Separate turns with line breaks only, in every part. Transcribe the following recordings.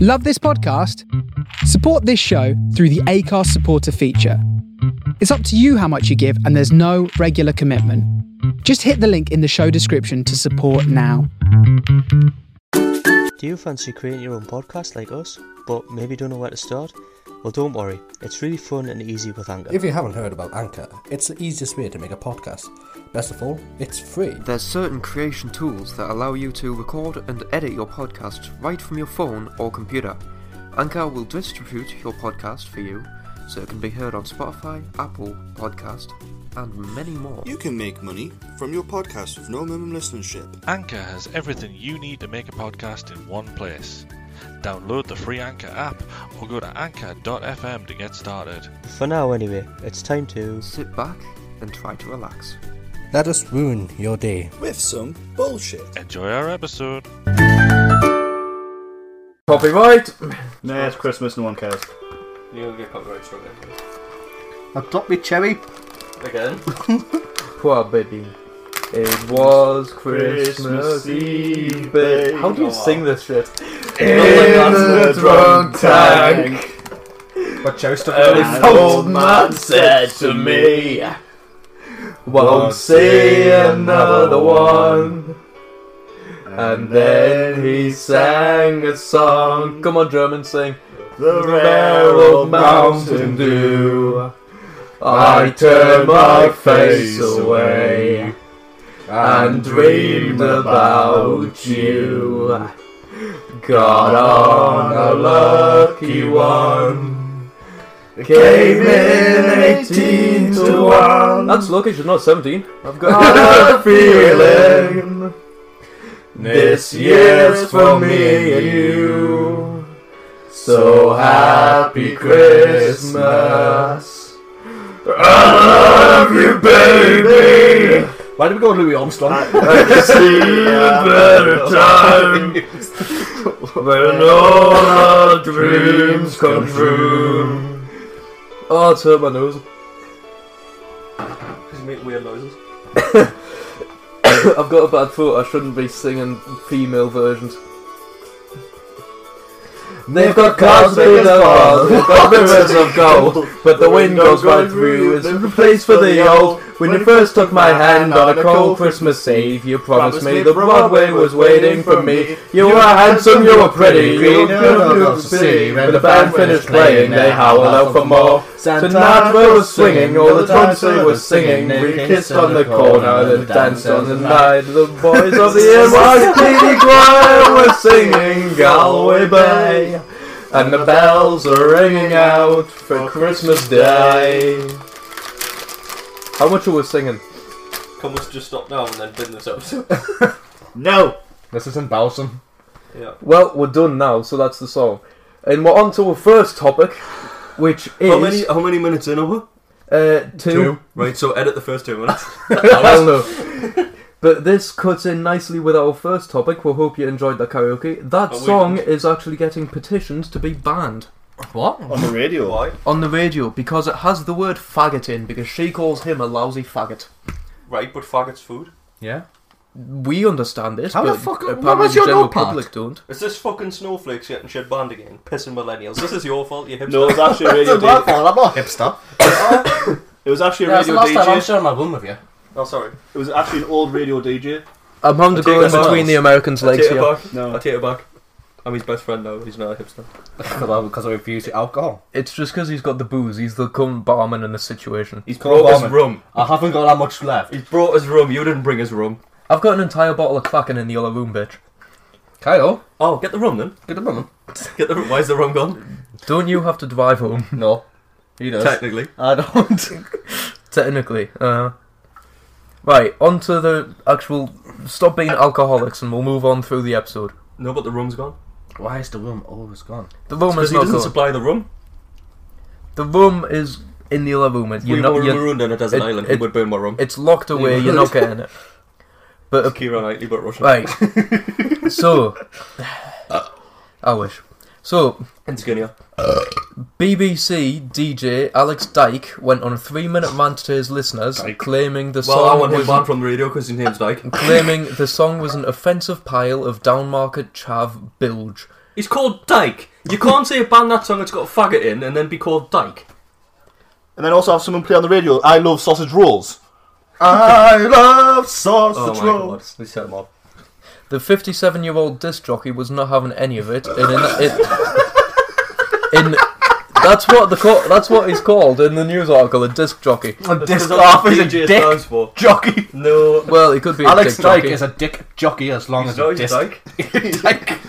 Love this podcast? Support this show through the ACARS supporter feature. It's up to you how much you give, and there's no regular commitment. Just hit the link in the show description to support now.
Do you fancy creating your own podcast like us, but maybe don't know where to start? Well, don't worry, it's really fun and easy with Anchor.
If you haven't heard about Anchor, it's the easiest way to make a podcast. Best of all, it's free.
There's certain creation tools that allow you to record and edit your podcast right from your phone or computer. Anchor will distribute your podcast for you so it can be heard on Spotify, Apple Podcast, and many more.
You can make money from your podcast with no minimum listenership.
Anchor has everything you need to make a podcast in one place. Download the free Anchor app or go to anchor.fm to get started.
For now, anyway, it's time to.
Sit back and try to relax.
Let us ruin your day.
With some bullshit.
Enjoy our episode.
Copyright. Nah, it's Christmas, no one cares.
You're gonna get copyright struck
I dropped my cherry.
again.
Poor baby. It was
Christmas Eve, babe.
How do you sing this shit?
the drunk tank.
But Joe stuck
An old man said to me,
Won't
see another one. And then he sang a song.
Come on, German, sing.
The rare old Mountain Dew. I turned my face away and dreamed about you. Got on a lucky one. Came in 18 to 1.
That's lucky she's not 17. I've got.
Got a feeling. This year's for me and you. So happy Christmas. I love you, baby.
Why did we go Louis Armstrong?
I can see a better time when all our dreams come true.
Oh, it's hurt my nose. Just make weird noises. I've got a bad thought. I shouldn't be singing female versions.
They've got cars made of bars, they've got rivers of gold, but the wind goes right through. It's a place for the old. When you first took my hand on a cold Christmas Eve, you promised me the Broadway was waiting for me. You were handsome, you were pretty, you were beautiful to see. When the band finished playing, they howled out for more. Sinatra was swinging, all the times they were singing. We kissed on the corner, then danced on the night. The boys of the NYPD choir were singing Galway Bay. And the bells are ringing out for Christmas Day.
How much are we singing?
Can we just stop now and then bin this episode?
No!
This is embarrassing.
yeah.
Well, we're done now, so that's the song. And we're on to our first topic, which is
How many how many minutes in are we?
uh, two.
Right, so edit the first two minutes.
Hell no. But this cuts in nicely with our first topic. We hope you enjoyed the karaoke. That
Oh, we
song
did.
is actually getting petitions to be banned. What?
On the radio.
Why?
On the radio because it has the word faggot in because she calls him a lousy faggot.
Right, but faggots food.
Yeah. We understand this,
How the
but
fuck-
apparently
what was your
the general
notepad?
public don't.
Is this fucking snowflakes getting shit banned again? Pissing millennials. This is your fault, you hipster.
No, it was actually a radio DJ. It was actually a radio DJ.
sharing my room with you.
Oh, sorry.
It was actually an old radio DJ.
I'm having to
I take
go in
that back.
between the Americans'
I
legs
take it
here.
back.
No.
I take it back. I'm his best friend now. He's not a hipster.
Because I refuse to alcohol.
It's just because he's got the booze. He's the cum barman in the situation.
He's
Brought his rum.
I haven't got that much left.
He's brought his rum. You didn't bring his rum.
I've got an entire bottle of Kraken in the other room, bitch.
Kyle,
Oh, get the rum then.
get the rum.
Get the rum. Why is the rum gone?
Don't you have to drive home?
No, he does.
Technically.
I don't.
Technically, uh, right. On to the actual. Stop being alcoholics, and we'll move on through the episode.
No, but the rum's gone.
Why is the room always gone?
The room
Because
is
he
not
doesn't
good.
supply the rum.
the room is in the other room. It's, you're
we
not,
were
you're-
marooned on a desert
it-
island.
it-
It, would burn my rum.
it's locked away. You're not getting it. But
It's Kira Knightley, but Russian.
right. so, I wish. So,
And skinnier.
BBC DJ Alex Dyke went on a three-minute rant to his listeners, claiming the
Well, I
song
want him
was
banned from the radio because his name's Dyke.
claiming the song was an offensive pile of downmarket chav bilge
He's called Dyke. You can't say ban that song that's got faggot in and then be called Dyke.
And then also have someone play on the radio, I love sausage rolls. I love
Oh
sausage
my god,
rolls.
they set him up.
The 57 year old disc jockey was not having any of it, and in, it, in that's what the co- that's what he's called in the news article, a disc jockey.
And
That's
disc
what
golf is
DJ
a dick
stands for.
jockey.
No.
Well, he could be a
Alex
disc
Dyke
jockey.
is a dick jockey as long
He's
as
not,
a
he's
disc
Dyke.
Dyke.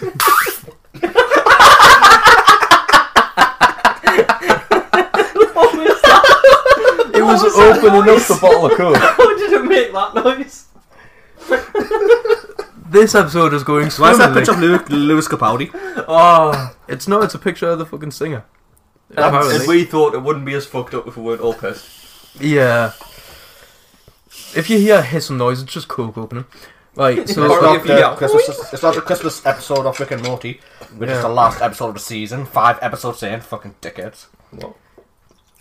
it was opening up the bottle of coke.
How did it make that noise?
This episode is going
Where's that
swimmingly.
picture of Lewis, Lewis Capaldi?
Oh, it's not. It's a picture of the fucking singer.
And
Apparently,
we thought it wouldn't be as fucked up if we weren't all pissed.
yeah. If you hear a hissing noise, it's just coke opening. Right, so
Or
it's
if
not-
you get
The Christmas, it's not the Christmas episode of Rick and Morty, which is
Yeah.
the last episode of the season. Five episodes in, fucking dickheads.
What?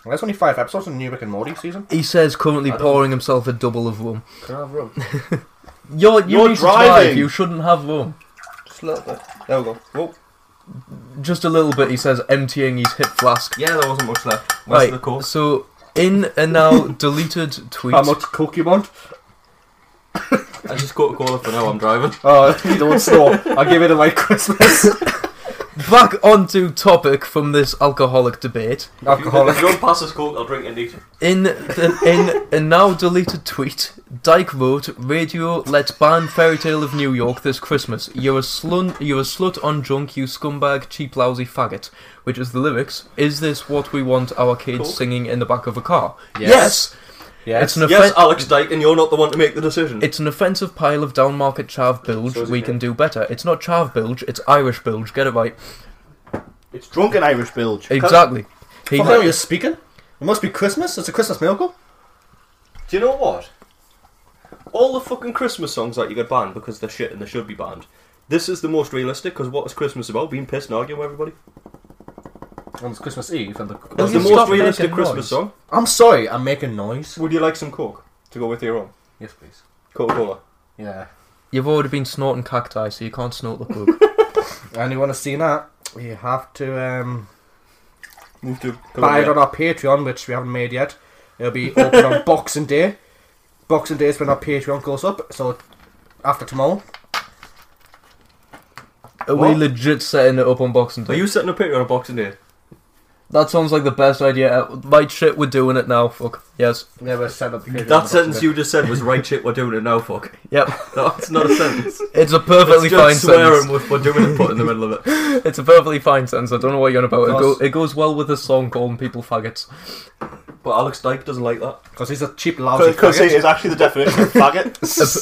There's only five episodes in the new Rick and Morty season.
he says currently pouring himself a double of rum.
Can I have rum?
You're, you
You're
need To drive.
driving.
You shouldn't have rum.
Just a little bit. There we go. Whoa.
Just a little bit, he says, emptying his hip flask.
Yeah, there wasn't much left. Rest
right,
of the course.
so in a now deleted tweet,
How much coke you want?
I just got a caller for now, I'm driving.
Oh, you don't store. I give it away Christmas.
back onto topic from this alcoholic debate,
Alcoholic.
If you don't pass this coke, I'll drink it neat.
in the, in a now deleted tweet, Dyke wrote, "Radio, let's ban Fairy Tale of New York this Christmas. You're a slun, you're a slut on drunk, you scumbag, cheap, lousy faggot." Which is the lyrics. Is this what we want our kids
Cool.
singing in the back of a car?
Yes. Yes.
It's an offen-
Yes, Alex Dyke, and you're not the one to make the decision.
It's an offensive pile of downmarket chav bilge.
So is it
we
me?
can do better. It's not chav bilge. It's Irish bilge. Get it right.
It's drunken Irish bilge.
Exactly. He-
Fuck, are you speaking? It must be Christmas. It's a Christmas miracle.
Do you know what? All the fucking Christmas songs that you get banned because they're shit and they should be banned. This is the most realistic because what is Christmas about? Being pissed and arguing with everybody.
And it's Christmas Eve. And the-
Will
That's
you
the
stop
most realistic
making
Christmas
noise?
song.
I'm sorry. I'm making noise.
Would you like some coke to go with your own
Yes, please.
Coca Cola?
Yeah.
You've already been snorting cacti, so you can't snort the cook.
And you want to see that? You have to um,
Move to
buy it
Colombia.
on our Patreon, which we haven't made yet. It'll be open on Boxing Day. Boxing Day is when our Patreon goes up. So after tomorrow,
Are we
What?
legit setting it up on Boxing
Are
Day?
you setting a picture on a boxing day?
That sounds like the best idea. e- Right, shit, we're doing it now. Fuck. Yes.
yeah, we'll set up. Patreon on
That sentence you just said was right shit, we're doing it now, fuck.
Yep.
That's not a sentence.
It's a
It's
perfectly
just
fine
swearing with
sentence.
we're doing it put in the middle of it.
It's a perfectly fine sentence. I don't know what you're on about. It, go,
Because-
it goes well with a song calling people faggots.
But Alex Dyke doesn't like that.
because he's a cheap lousy.
Because
faggot.
it is actually the definition of faggot.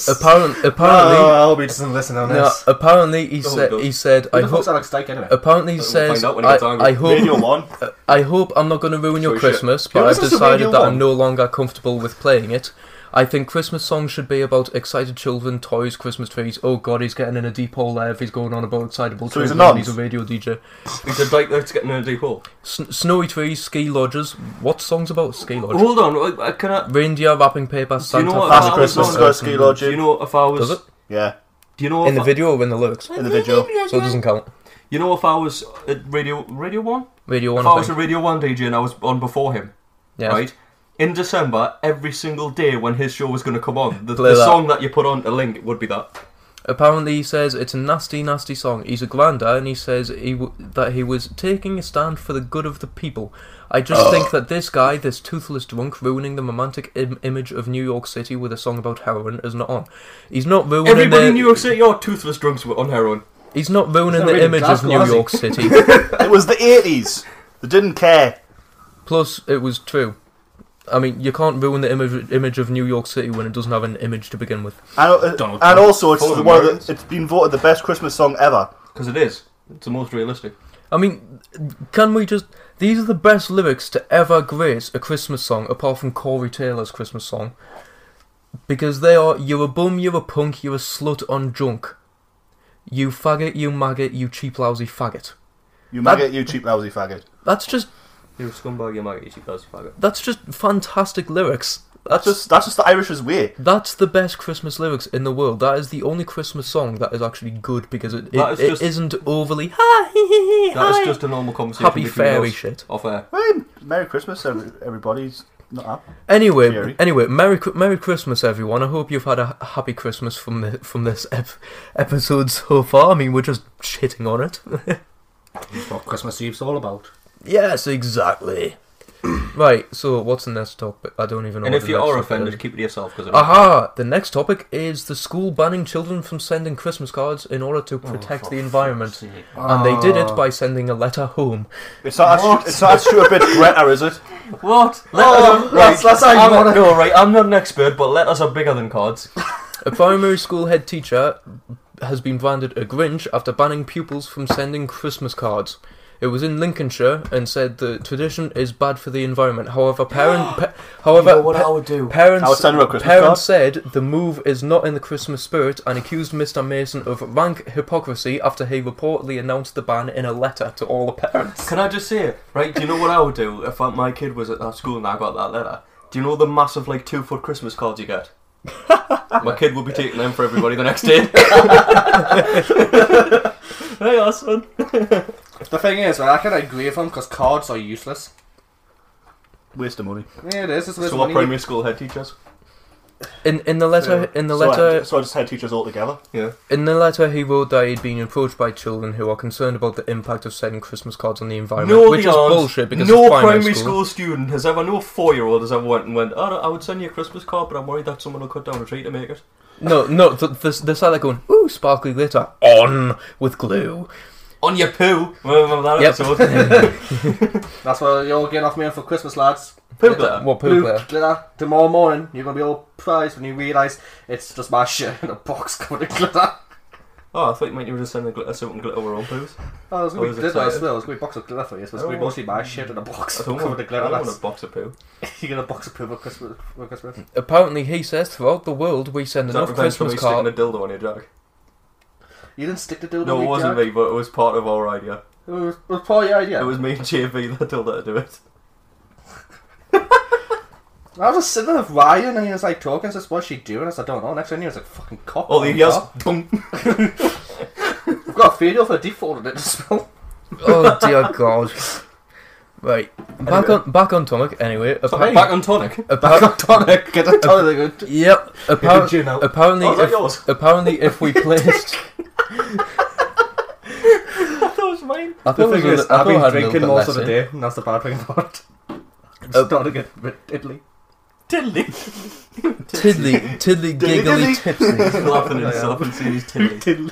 A- apparent, apparently,
uh,
Oh, I hope he doesn't listen on
no,
this.
apparently he
Oh,
said
God.
he said
Who
I
the
hope.
fuck's Alex Dyke anyway?
Apparently he
We'll
says
find out when he
I,
gets angry.
I hope Uh,
Radio 1.
I hope I'm not going to ruin your
Sorry, shit.
Christmas,
Yeah,
but I've
this is the
decided
radio
that
one.
I'm no longer comfortable with playing it. I think Christmas songs should be about excited children, toys, Christmas trees. Oh god, he's getting in a deep hole there if he's going on about excitable
So he's a
children. and
nonce.
he's a radio DJ.
He's a Dyke that's getting in a deep hole.
S- snowy trees, ski lodges. What song's about ski lodge?
Hold on, I, I cannot.
Reindeer wrapping paper,
Do you
Santa.
know what?
That's
if I
a
was
Christmas
on-
got a ski lodge
Do
in.
you know if I was?
Does it?
Yeah,
Do you know
in the
if I-
video or in the lyrics?
in the video.
So it doesn't count.
You know, if I was at Radio Radio One,
Radio
if
one.
I
I
was a
think.
Radio One DJ and I was on before him,
Yeah.
right? In December, every single day when his show was going to come on, the,
Play
the
that.
song that you put on to link would be that.
Apparently, he says it's a nasty, nasty song. He's a grandad, and he says he w- that he was taking a stand for the good of the people. I just think that this guy, this toothless drunk, ruining the romantic Im- image of New York City with a song about heroin is not on. He's not ruining
Everybody
the,
in New York City, your toothless drunks were on heroin.
He's not ruining
not
the
really
image of
Glasgow,
New
has he?
York City.
It was the 80s. They didn't care.
Plus, it was true. I mean, you can't ruin the image image of New York City when it doesn't have an image to begin with.
And, uh,
Donald Trump.
and also, it's
Full of
the one of
Americans.
the, it's been voted the best Christmas song ever.
Because it is. It's the most realistic.
I mean, can we just? These are the best lyrics to ever grace a Christmas song, apart from Corey Taylor's Christmas song, because they are "You're a bum, you're a punk, you're a slut on junk, you faggot, you maggot, you cheap lousy faggot."
You
That-
maggot, you cheap lousy faggot.
That's just
You're a scumbag, you're maggot, you cause faggot.
That's just fantastic lyrics.
That's just that's just the Irish's way.
That's the best Christmas lyrics in the world. That is the only Christmas song that is actually good because it,
That
it,
is
it
just-
isn't overly ha hee hee hee.
That
hi."
is just a normal conversation.
Happy
between
fairy
us
shit.
Off air.
Well, Merry Christmas, every, everybody's not up.
Anyway,
Fury.
anyway, Merry Cr- Merry Christmas, everyone. I hope you've had a h- happy Christmas from the from this ep- episode so far. I mean, we're just shitting on it.
That's what Christmas Eve's all about.
yes, exactly. right. So, what's the next topic? I don't even know.
And if
what the
you
next
are
topic
offended,
is.
keep it to yourself because
Uh, Aha! The next topic is the school banning children from sending Christmas cards in order
Oh,
to protect the environment. And they did
Ah.
it by sending a letter home.
It's not
What?
as, it's not as true a bit Greta, is it?
What?
Oh, that's- that's how you
I'm,
wanna-
No, right, I'm not an expert, but letters are bigger than cards.
A primary school head teacher has been branded a Grinch after banning pupils from sending Christmas cards. It was in Lincolnshire and said the tradition is bad for the environment. However, parent, pa- however,
You know what
pa-
I would do?
Parents,
I would send her a Christmas
parents
card.
said the move is not in the Christmas spirit and accused Mr. Mason of rank hypocrisy after he reportedly announced the ban in a letter to all the parents.
Can I just say, right? Do you know what I would do if uh, my kid was at that school and I got that letter? Do you know the massive like two foot Christmas cards you get? my kid would be taking them for everybody the next day. hey, our son.
The thing is, right, I can agree with him because cards are useless.
Waste of money.
Yeah, it is. It's
So what primary school head teachers?
In in the letter in the
Uh, So I-
letter
so I just had teachers all together.
Yeah.
in the letter he wrote that he'd been approached by children who are concerned about the impact of sending Christmas cards on the environment,
No,
which
they
is
aren't.
bullshit because
no
it's primary,
primary school. student has ever, no four year old has ever went and went. Oh, no, I would send you a Christmas card, but I'm worried that someone will cut down a tree to make it.
No, no, th- this this side like going ooh sparkly glitter on with glue.
On your poo. Remember that
Yep.
episode?
That's what you're all getting off me for Christmas, lads.
poo glitter.
What poo
Blue
glitter?
glitter. Tomorrow morning, you're gonna be all surprised when you realise it's just my shirt in a box covered in glitter.
Oh, I thought you meant you were just sending glitter soap and glitter were on poos.
Oh, there's
I
gonna
was
be glitter as
excited.
well. There's gonna be a box of glitter for you. So it's gonna be
Oh.
mostly my shirt in a box
I don't
covered
want,
in glitter.
I don't want a
That's,
box of poo.
you're gonna box a poo for Christmas. For Christmas.
Apparently, he says throughout the world we send
Is that
enough
revenge for me
Christmas
sticking
cards.
a dildo on your jack?
You didn't stick the dildo.
No,
in
it
your
wasn't
jack.
me, but it was part of our idea.
It was, it was probably your idea.
It was me and JV that told her to do it.
I was just sitting with Ryan and he was like talking. I said, "What's she doing?" I said, "I don't know." Next thing I knew, it was like fucking cock.
Oh,
on
the
the
yes.
car. We've got a video for default in it as well.
oh dear God! Right, back
Anyway.
on back on topic. Anyway, appa-
Back on tonic.
appa-
tonic. Get a tonic.
Yep. Appar-
you know?
Apparently,
Oh, is that
if,
yours?
apparently, if we placed,
That was mine.
I
The
thought it
thing
was
is,
a- I
I've
thought
been
I had a little
drinking
bit
most
less
of the
in.
day, and that's the bad thing about it. It's
Uh,
starting to get a bit diddly.
Tiddly.
Tiddly, tiddly, giggly, tipsy.
Laughing at himself and seeing his tiddly.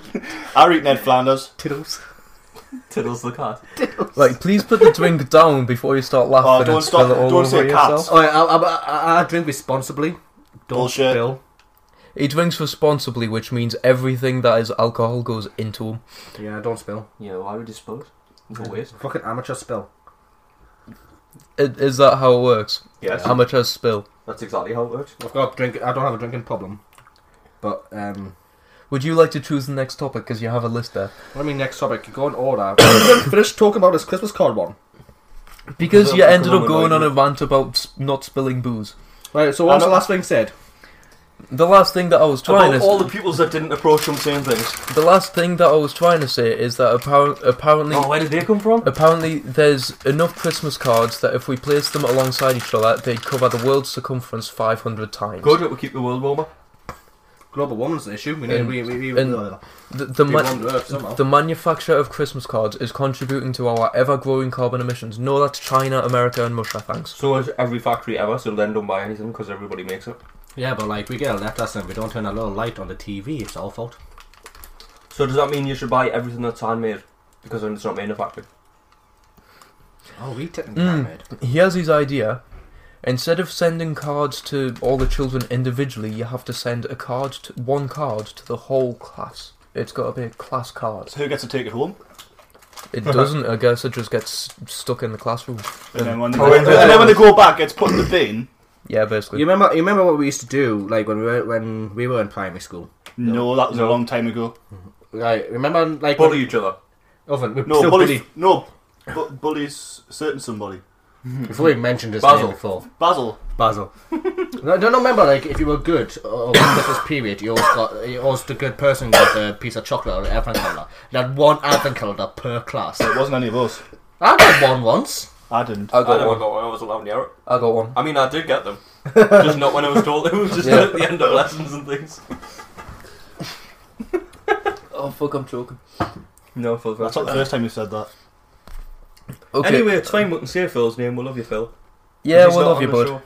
I read Ned Flanders.
Tiddles.
Tiddles the cat.
Like, please put the drink down before you start laughing
Oh, don't
and spill
stop.
it all
Don't
over
say
yourself.
cats.
Oh, yeah, I, I, I, I drink responsibly. Don't
Bullshit.
spill.
He drinks responsibly, which means everything that is alcohol goes into him.
Yeah, don't spill.
Yeah, why would you spill it? It's a waste.
Fucking amateur spill.
I- Is that how it works?
Yes.
Amateur spill.
That's exactly how it works.
Um, I've got a drink. I don't have a drinking problem. But um,
Would you like to choose the next topic? Because you have a list there.
let me next topic. You go in order. We didn't Finish talking about this Christmas card one.
Because
Well,
you
I
ended
can
up going on
remember
a rant about s- not spilling booze.
Right. So what's
I
the
know-
last thing said?
The last thing that I was trying
About
to
all the pupils that didn't approach him saying things.
the last thing that I was trying to say is that appar- apparently
Oh, where did they come from?
Apparently, there's enough Christmas cards that if we placed them alongside each other, they'd cover the world's circumference 500 times.
Good, it will keep the world warmer.
Global warming's the issue. We need.
And-
we we we.
and-
we-
The, the,
we
ma-
warmed Earth somehow.
the manufacture of Christmas cards is contributing to our ever growing carbon emissions. No, that's China, America, and Russia, thanks.
So is every factory ever, so then don't buy anything because everybody makes it.
Yeah, but like we get a letter and we don't turn a little light on the TV. It's our fault.
So does that mean you should buy everything that's handmade? Because then it's not made in a factory.
Oh, we technically
Mm.
made.
He has his idea. Instead of sending cards to all the children individually, you have to send a card, to, one card to the whole class. It's got to be a class card.
So who gets to take it home?
It doesn't, I guess, it just gets s- stuck in the classroom.
And then when they
Oh,
go, and
and then-
then when they go back, it's put in the bin.
Yeah, basically.
You remember? You remember what we used to do, like when we were when we were in primary school.
No, that was a
No.
long time ago.
Like remember, like
Bully each other.
Oven. We're
No,
still
bullies.
bully.
No, bu- bullies certain somebody.
Before we mentioned his
Basil.
name before.
Basil.
Basil. I don't remember like if you were good or this was period, you always got you always the good person got a piece of chocolate or an advent calendar. You had one advent calendar per class. It
wasn't any of us.
I got one once.
I didn't.
I, never got one. I was allowed near it.
I got one.
I mean, I did get them. just not when I was told. It was just
Yeah.
at the end of lessons and things.
Oh fuck, I'm choking.
No, Phil.
That's not the first time you said that.
Anyway, it's fine. We can say Phil's name. We love you, Phil.
Yeah,
He's
we
not
love
on
you,
the
bud.
show.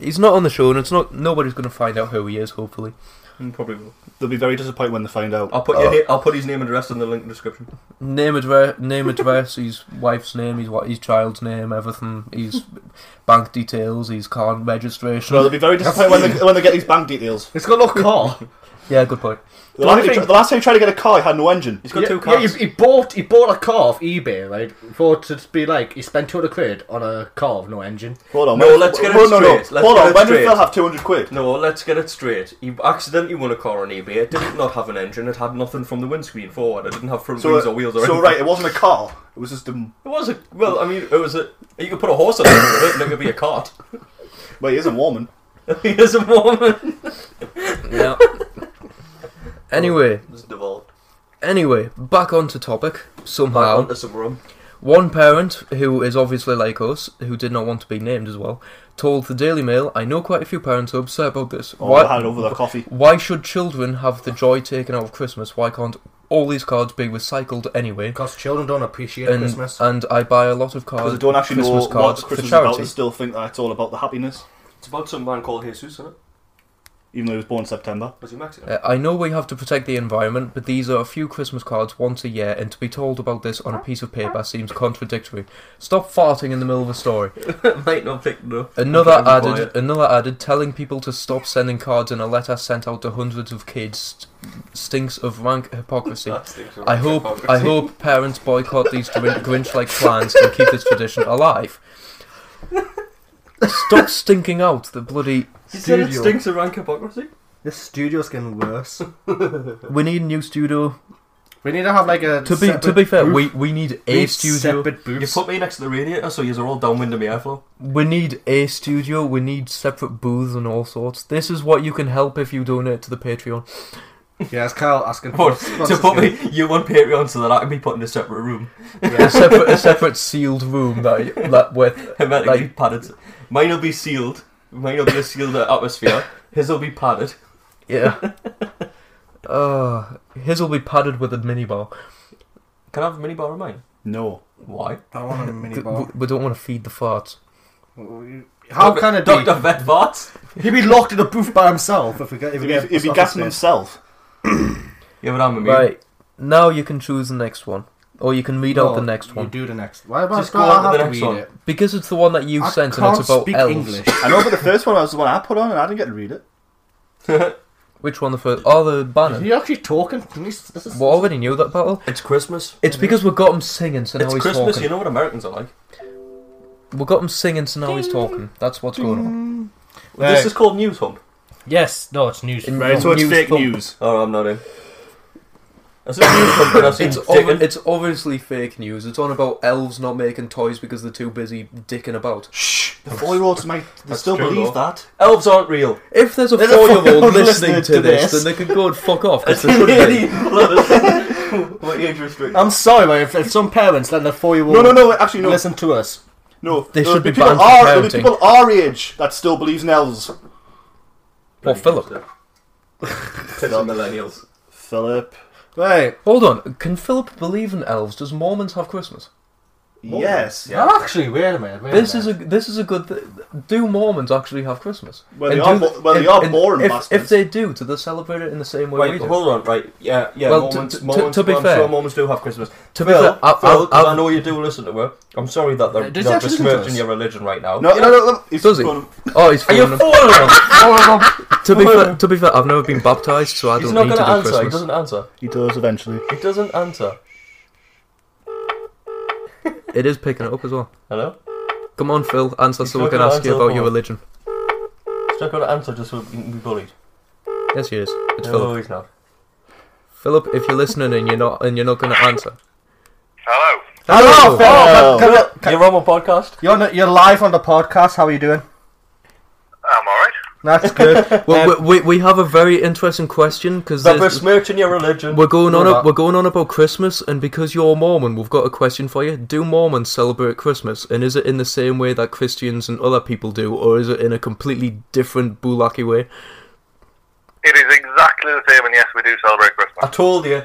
He's not on the show, and it's not. Nobody's going to find out who he is. Hopefully,
probably will.
They'll be very disappointed when they find out.
I'll put your na- I'll put his name and address in the link in the description.
Name address, name address, his wife's name, his what, his child's name, everything, his bank details, his card registration.
No, they'll be very disappointed when they, when they get these bank details.
It's got no car.
yeah, good point.
The last, time he, the last time he tried to get a car, he had no engine. He's
yeah, Yeah, he, he bought he bought a car off eBay, right? For it to be like he spent two hundred quid on a car with no engine.
Hold on,
No, let's get it
Hold
straight.
on, no, no.
Let's
Hold
get
on,
it
when did
straight.
Phil have 200 quid?
No, let's get it straight. He accidentally won a car on eBay. It didn't not have an engine. It had nothing from the windscreen forward. It didn't have front
So,
wheels
uh,
or wheels or
so
anything.
right, it wasn't a car. It was just a.
It was a well. I mean, it was a. You could put a horse on it, and it could be a cart.
Well, he is a woman.
he is a woman.
Yeah. Anyway.
It's Oh, devolved.
Anyway, back onto topic somehow.
onto some rum.
One parent who is obviously like us, who did not want to be named as well, told the Daily Mail, "I know quite a few parents are upset about this.
Oh, I had it over their coffee.
Uh,
Why should children have the joy taken out of Christmas? Why can't all these cards be recycled anyway?
Because children don't appreciate
and,
Christmas.
And I buy a lot of cards.
Because they don't actually
Christmas
know
cards
what Christmas
for
is about.
charity.
They still think that it's all about the happiness,
It's about some man called Jesus, isn't it?
even though he was born in September.
Was he Mexican?
Uh, I know we have to protect the environment, but these are a few Christmas cards once a year, and to be told about this on a piece of paper seems contradictory. Stop farting in the middle of a story.
Might not pick no.
Another
I'm getting
added, another added, telling people to stop sending cards in a letter sent out to hundreds of kids st- stinks of rank hypocrisy.
That stinks of
I
rank
hope, I
hypocrisy.
hope parents boycott these Grin- Grinch-like plans and keep this tradition alive. Stop stinking out the bloody
You said it
studio.
stinks of rank hypocrisy.
This studio's getting worse.
We need a new studio.
We need to have like a
To be to
separate
be fair,
booth.
we, we need a studio.
You put me next to the radiator, so you're all downwind of me airflow.
We need a studio. We need separate booths and all sorts. This is what you can help if you donate to the Patreon.
Yeah, it's Kyle asking
Or to put me, you on Patreon so that I can be put in a separate room.
a separate, a separate sealed room that that with
Hermetically padded. Mine will be sealed. Mine will be a sealed atmosphere. His will be padded.
Yeah. Uh, his will be padded with a minibar.
Can I have a mini bar of mine?
No.
Why?
I want a mini
We,
bar.
we don't want to feed the farts.
How can it be?
Dr. Vet Vart?
He'd be locked in a booth by himself if we get. If we
If
get
he- if he
office
gassing
space.
himself,
Yeah, but I'm immune.
Right. Now you can choose the next one. Or you can read out the
No,
next one.
You do the next. Why about Just
Just go on
I
to
have
the
to
next
read
one.
it?
Because it's the one that you
I
sent and
can't
it's about
speak
elves.
English.
I know, but the first one was the one I put on, and I didn't get to read it.
Which one the first? Oh, the
Are
banner.
you actually talking? This is-
We already knew that battle.
It's Christmas.
It's because we got him singing, so now
It's
he's
Christmas,
talking.
you know what Americans are like.
We got him singing, so now he's talking. That's what's going on.
Well, This is called News Hump.
Yes, no, it's news.
In-
Right, so it's
News
fake
thump.
news.
Oh, I'm not in. I said News Hump, but I've seen
It's,
Dickon.
ob- it's obviously fake news. It's on about elves not making toys because they're too busy dicking about.
Shh, the four-year-olds might they
That's
still
true,
believe
though.
that.
Elves aren't real.
If there's a
There's a
four-year-old
four-year-old
listening,
listening
to
to
this,
this.
then they could go and fuck off. 'cause they should be.
what age restriction?
I'm sorry, but if, if some parents let their four-year-old
No, no, no. Actually, no.
listen to us,
No,
They
there'll
should be
people
banned from
our, there'll be
parenting.
people our age that still believes in elves.
Well, Philip,
Piss on millennials.
Philip.
right?
hold on. Can Philip believe in elves? Does Mormons have Christmas?
Yes.
Yeah.
Actually, wait a minute. Wait
This
a
is a this is a good. Th- do Mormons actually have Christmas?
Well, they
And
are
do-
mo- well, they
and-
are
and
Moran
if,
bastards.
if they do, do they celebrate it in the same way we
Wait,
do?
hold on, right? Yeah, yeah.
Well,
Mormons,
to- to-
Mormons,
to be
I'm
fair-
sure Mormons do have Christmas.
To be
Phil,
fair, I-
Phil, 'cause
I-
I know you do listen to her. I'm sorry that they're,
Does he
they're
actually listen to
besmirching
us?
your religion right now.
No, no, no. no. It's
Does he?
gone-
Oh, he's
Are you
fooling him.
fooling him?
To be fair, to be fair, I've never been baptized, so I
He's
don't
not
need
going
to do
to answer. He
Christmas.
doesn't answer.
He does eventually.
He doesn't answer.
It is picking it up as well.
Hello?
Come on, Phil, answer
He's
so we
not
can
gonna
ask you
answer
about
the
your
phone.
religion.
He's not going to answer just so he can be bullied.
Yes, he is. It's
No,
Philip.
he's not. Um,
Philip, if you're listening and you're not and you're not going to answer,
Hello.
Hello,
Oh,
Hello, Phil.
Phil.
Hello.
You're on my podcast. You're on- you're live on the podcast. How are you doing? I'm alright. That's good.
Well, we, we, we have a very interesting question because
They're besmirching your religion.
we're going on
No,
a,
that-
we're going on about Christmas, and because you're Mormon, we've got a question for you. Do Mormons celebrate Christmas, and is it in the same way that Christians and other people do, or is it in a completely different bulaki way?
It is exactly the same, and yes, we do celebrate Christmas.
I told you.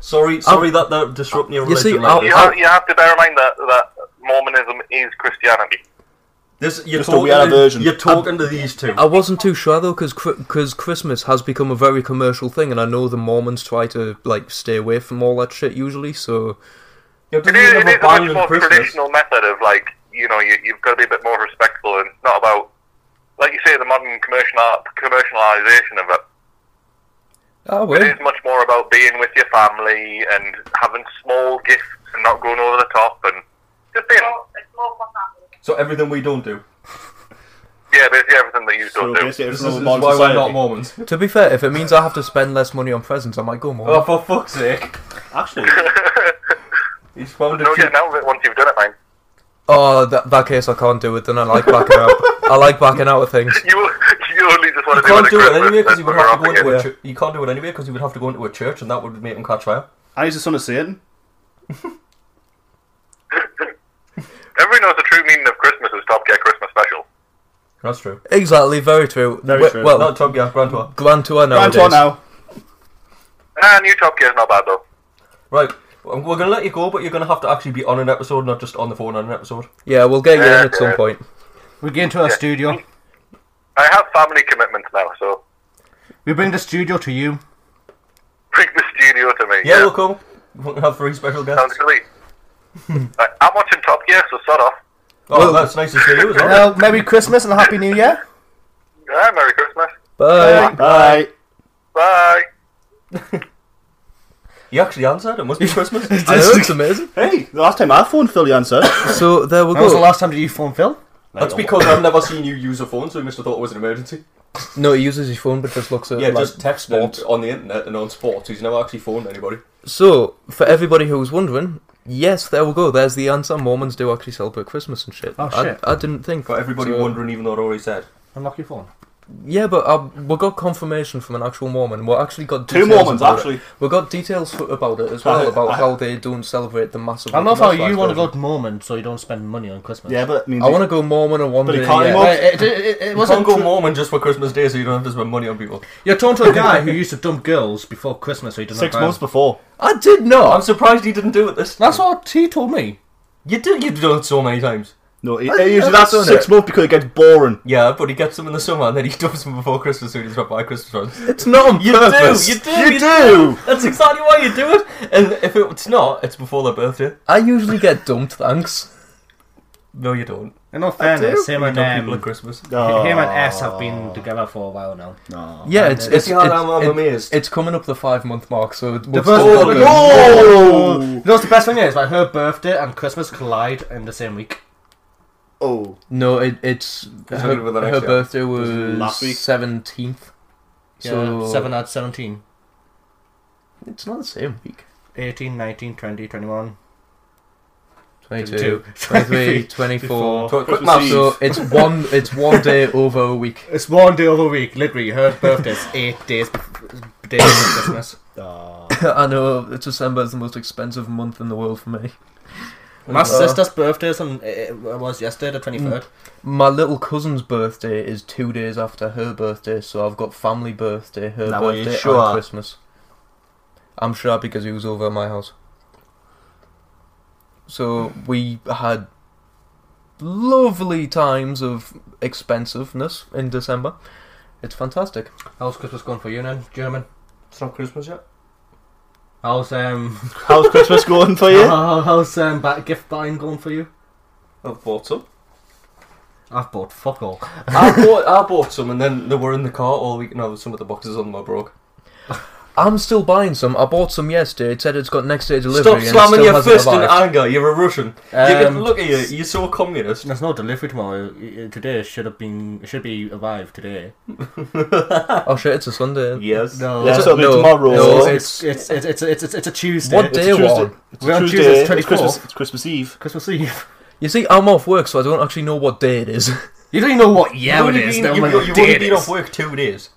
Sorry, sorry that they're disrupting your
You
religion.
see,
like
you,
this.
have, you have to bear in mind that, that Mormonism is Christianity.
This you're
Just a
talking.
weird
to-
version.
You're talking to these two.
I wasn't too sure though, because Christmas has become a very commercial thing, and I know the Mormons try to like stay away from all that shit usually. So
It is, it is a much more traditional method of like you know you, you've got to be a bit more respectful and it's not about like you say the modern commercial commercialization of it.
Oh,
It is much more about being with your family and having small gifts and not going over the top and just being
So everything we don't do.
yeah basically everything that you don't do.
This is, is why we're not Mormons.
to be fair, if it means I have to spend less money on presents, I might go Mormon.
Oh, for fuck's sake! Actually, he's found a
No
few-
getting out of it once you've done it, man.
Oh, that, that case I can't do it. Then I like backing out. I like backing out of things.
You you only just want
You
to do it.
can't
at
do it
Christmas,
anyway because you would
that's
have to
what
go into
we're
a
off
church. You can't do it anyway because you would have to go into a church, and that would make him catch fire.
And he's the son of Satan.
against. Everyone knows the true meaning of Christmas is Top Gear Christmas special.
That's true.
Exactly. Very true.
Very
We-
true.
Well,
Not Top Gear, Grand Tour.
Grand Tour
Grand
nowadays.
Tour now.
Ah, new Top Gear's not bad though.
Right, um, we're gonna let you go, but you're gonna have to actually be on an episode, not just on the phone on an episode.
Yeah, we'll get you in at some
Yeah.
point.
We get into our studio.
I have family commitments now, so
We bring the studio to you.
bring the studio to me.
Yeah, we'll come. We're gonna have three special guests.
Sounds great. Right, I'm watching Top Gear, so sod off.
Oh, that's nice to see you as well.
Well, Merry Christmas and a Happy New Year.
Yeah, Merry Christmas.
Bye.
Bye.
Bye.
You actually answered. It must be Christmas.
amazing.
Hey, the last time I phoned Phil, you answered.
So there we
When was go. the
last time did you phone Phil?
That's because I've never seen you use a phone, so you must have thought it was an emergency.
No, he uses his phone, but just looks at
Yeah,
like,
just text and- on the internet and on sports. He's never actually phoned anybody.
So, for everybody who was wondering, yes, there we go. There's the answer. Mormons do actually celebrate Christmas and shit.
Oh, shit.
I, I didn't think.
For everybody
so-
wondering, even though I already said.
Unlock your phone.
Yeah, but uh, we got confirmation from an actual Mormon. We actually got
Two
details
Mormons,
about it.
actually.
We got details f- about it as well
I-
about
I-
how they don't celebrate the massive.
I love how
commercialised
you want to
version.
go Mormon so you don't spend money on Christmas.
Yeah, but it means I you- wanna go Mormon and one
But
But
you
you day, can't yeah.
can't
Mormon-
It, it, it, it
You
wasn't
can't go
true-
Mormon just for Christmas Day, so you don't have to spend money on people.
You're talking to a guy who used to dump girls before Christmas, so he doesn't.
Six
buy
months
them.
before.
I did not.
I'm surprised he didn't do it this.
That's what he told me.
You did. You've done it so many times.
No, he, he usually that's six months because it gets boring.
Yeah, but he gets them in the summer and then he dumps them before Christmas, so he doesn't buy Christmas ones.
It's not on
you
purpose.
Do, you do.
You
You,
do.
That's exactly why you do it. And if it's not, it's before their birthday.
I usually get dumped. Thanks.
No, you don't.
In all fairness, him
You
and
dump
um,
Hmm.
people at Christmas.
him and S have been together for a while now.
Yeah, it's
And, uh,
it's, it's, it's- it's coming up the five month mark, so it
The
we'll
first
still
oh,
go.
no! You know what's the best thing is? Like her birthday and Christmas collide in the same week.
Oh.
No, it, it's
It's
her,
not gonna be the next
her
year.
birthday
This
was
is last week.
seventeenth. So
So seven out of seventeen.
It's not the same week.
18, 19, 20, 21.
22, 23, 24.
Tw-
Quick maths. So it's one, it's one day over a week.
It's one day over a week, literally. Her birthday's eight days, days of Christmas.
I know December is the most expensive month in the world for me.
My
Uh,
sister's birthday is on, it was yesterday, the 23rd.
My little cousin's birthday is two days after her birthday, so I've got family birthday, her
Now, are you
birthday,
sure?
and Christmas. I'm sure because he was over at my house. So we had lovely times of expensiveness in December. It's fantastic.
How's Christmas going for you then, German?
It's not Christmas yet.
How's um?
How's Christmas going for you?
How- how's um ba- gift buying going for you?
I've bought some.
I've bought fuck all.
I bought, I bought some and then they were in the car all week and now some of the boxes on them are broke.
I'm still buying some. I bought some yesterday. It said it's got next day delivery.
Stop
and it
slamming
still
your
hasn't
fist in
arrived.
anger. You're a Russian. You can-
Um,
look at you. You're so communist.
There's no delivery tomorrow. Uh, Today should have been should be arrived today.
Oh shit! It's a Sunday.
Yes.
No,
It's a, no,
No,
no,
It's, it's, it's, it's, it's, it's, it's a Tuesday.
What day
it's a
Warren?
We're on Tuesday. It's
Christmas,
24th.
it's Christmas Eve.
Christmas Eve.
You see, I'm off work, so I don't actually know what day it is.
You don't even know what
You've only been- you've- You've only been off work two days.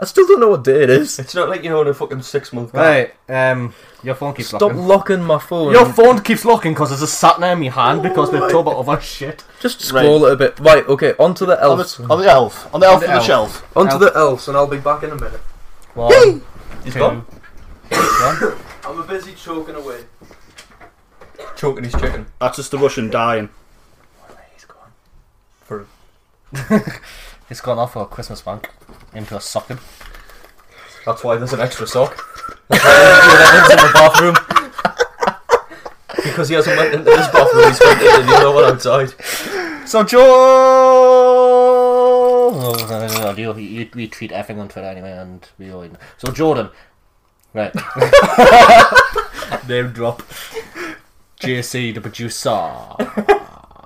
I still don't know what day it is.
It's not like you're on a fucking six month.
Right, um, your phone keeps
Stop
locking.
locking my phone.
Your phone keeps locking because there's a sat there in my hand because they've talked about other shit.
Just Scroll it a bit. Right, okay, onto the elves.
the- on the elf. On the elf on the shelf.
Onto
Elf.
the elves, and I'll be back in a minute.
One,
He's
two,
gone.
one.
I'm a busy choking away.
Choking his chicken.
That's just the Russian dying.
For
It's gone off a Christmas bank into a socket.
That's why there's an extra sock. That's why there's in the bathroom. Because he hasn't went into this bathroom, he's went into the other one outside.
So Joe, oh, no, no, no, you, you, you tweet effing on Twitter anyway, and we all so Jordan, right? Name drop. JC the producer.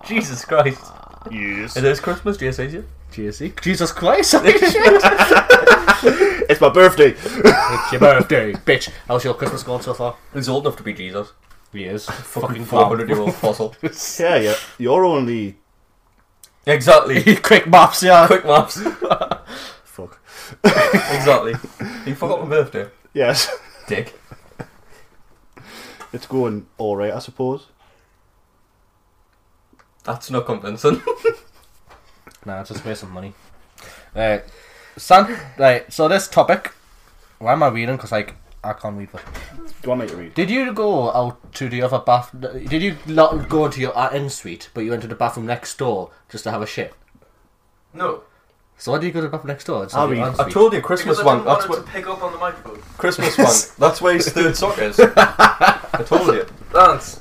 Jesus Christ. Yes. It is Christmas, do you say so?
JC, Jesus Christ! it's
my birthday.
it's your birthday, bitch. How's your Christmas gone so far?
He's old enough to be Jesus.
He is.
Fucking
Fucking
400 year old fossil.
yeah, yeah. You're only.
Exactly.
Quick maps, yeah.
Quick maps.
Fuck.
exactly. You forgot my birthday.
Yes.
Dick.
It's going alright, I suppose.
That's not convincing.
Nah, it's just waste of money. Right, San. Right, so this topic. Why am I reading? Because like I can't read.
Do I make you read?
Did you go out to the other bath? Did you not go into your uh, in suite, but you went to the bathroom next door just to have a shit?
No.
So why did you go to the bathroom next door? It's
I'll
not your
read.
en-suite.
I've told you, Christmas
because I
one.
didn't want
That's
it
what
to pick up on the microphone.
Christmas one. That's where his third sock is. I told you.
Thanks.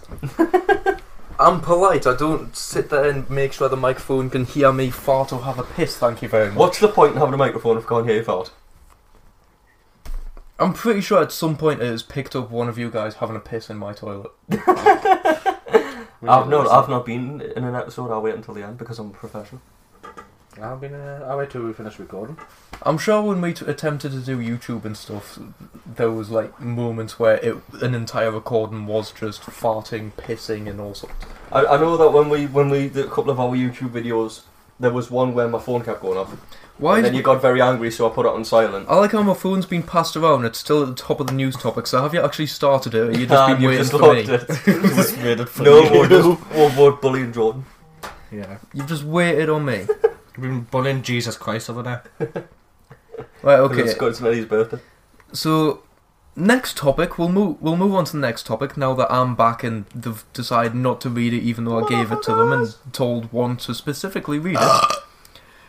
I'm polite. I don't sit there and make sure the microphone can hear me fart or have a piss. Thank you very much.
What's the point in having a microphone if I can't hear you fart?
I'm pretty sure at some point it has picked up one of you guys having a piss in my toilet.
I've no, I've not been in an episode. I'll wait until the end because I'm a professional.
I've been. Uh, I wait till we finish recording.
I'm sure when we t- attempted to do YouTube and stuff, there was like moments where it, an entire recording was just farting, pissing, and all sorts.
I, I know that when we when we did a couple of our YouTube videos, there was one where my phone kept going off.
Why
And then
did-
you got very angry, so I put it on silent.
I like how my phone's been passed around. It's still at the top of the news topic. So have you actually started it? Or you just
Ah,
been
you've
waiting
just
for me?
logged it. Just waited for No, you. we're just- we're- we're bullying Jordan.
Yeah.
You've just waited on me.
You've been bullying Jesus Christ over there.
Right.
'Cause
Okay.
It's got it's Nelly's birthday.
So, next topic. We'll move. We'll move on to the next topic now that I'm back and they've decided not to read it, even though I gave it to them and told one to specifically read it.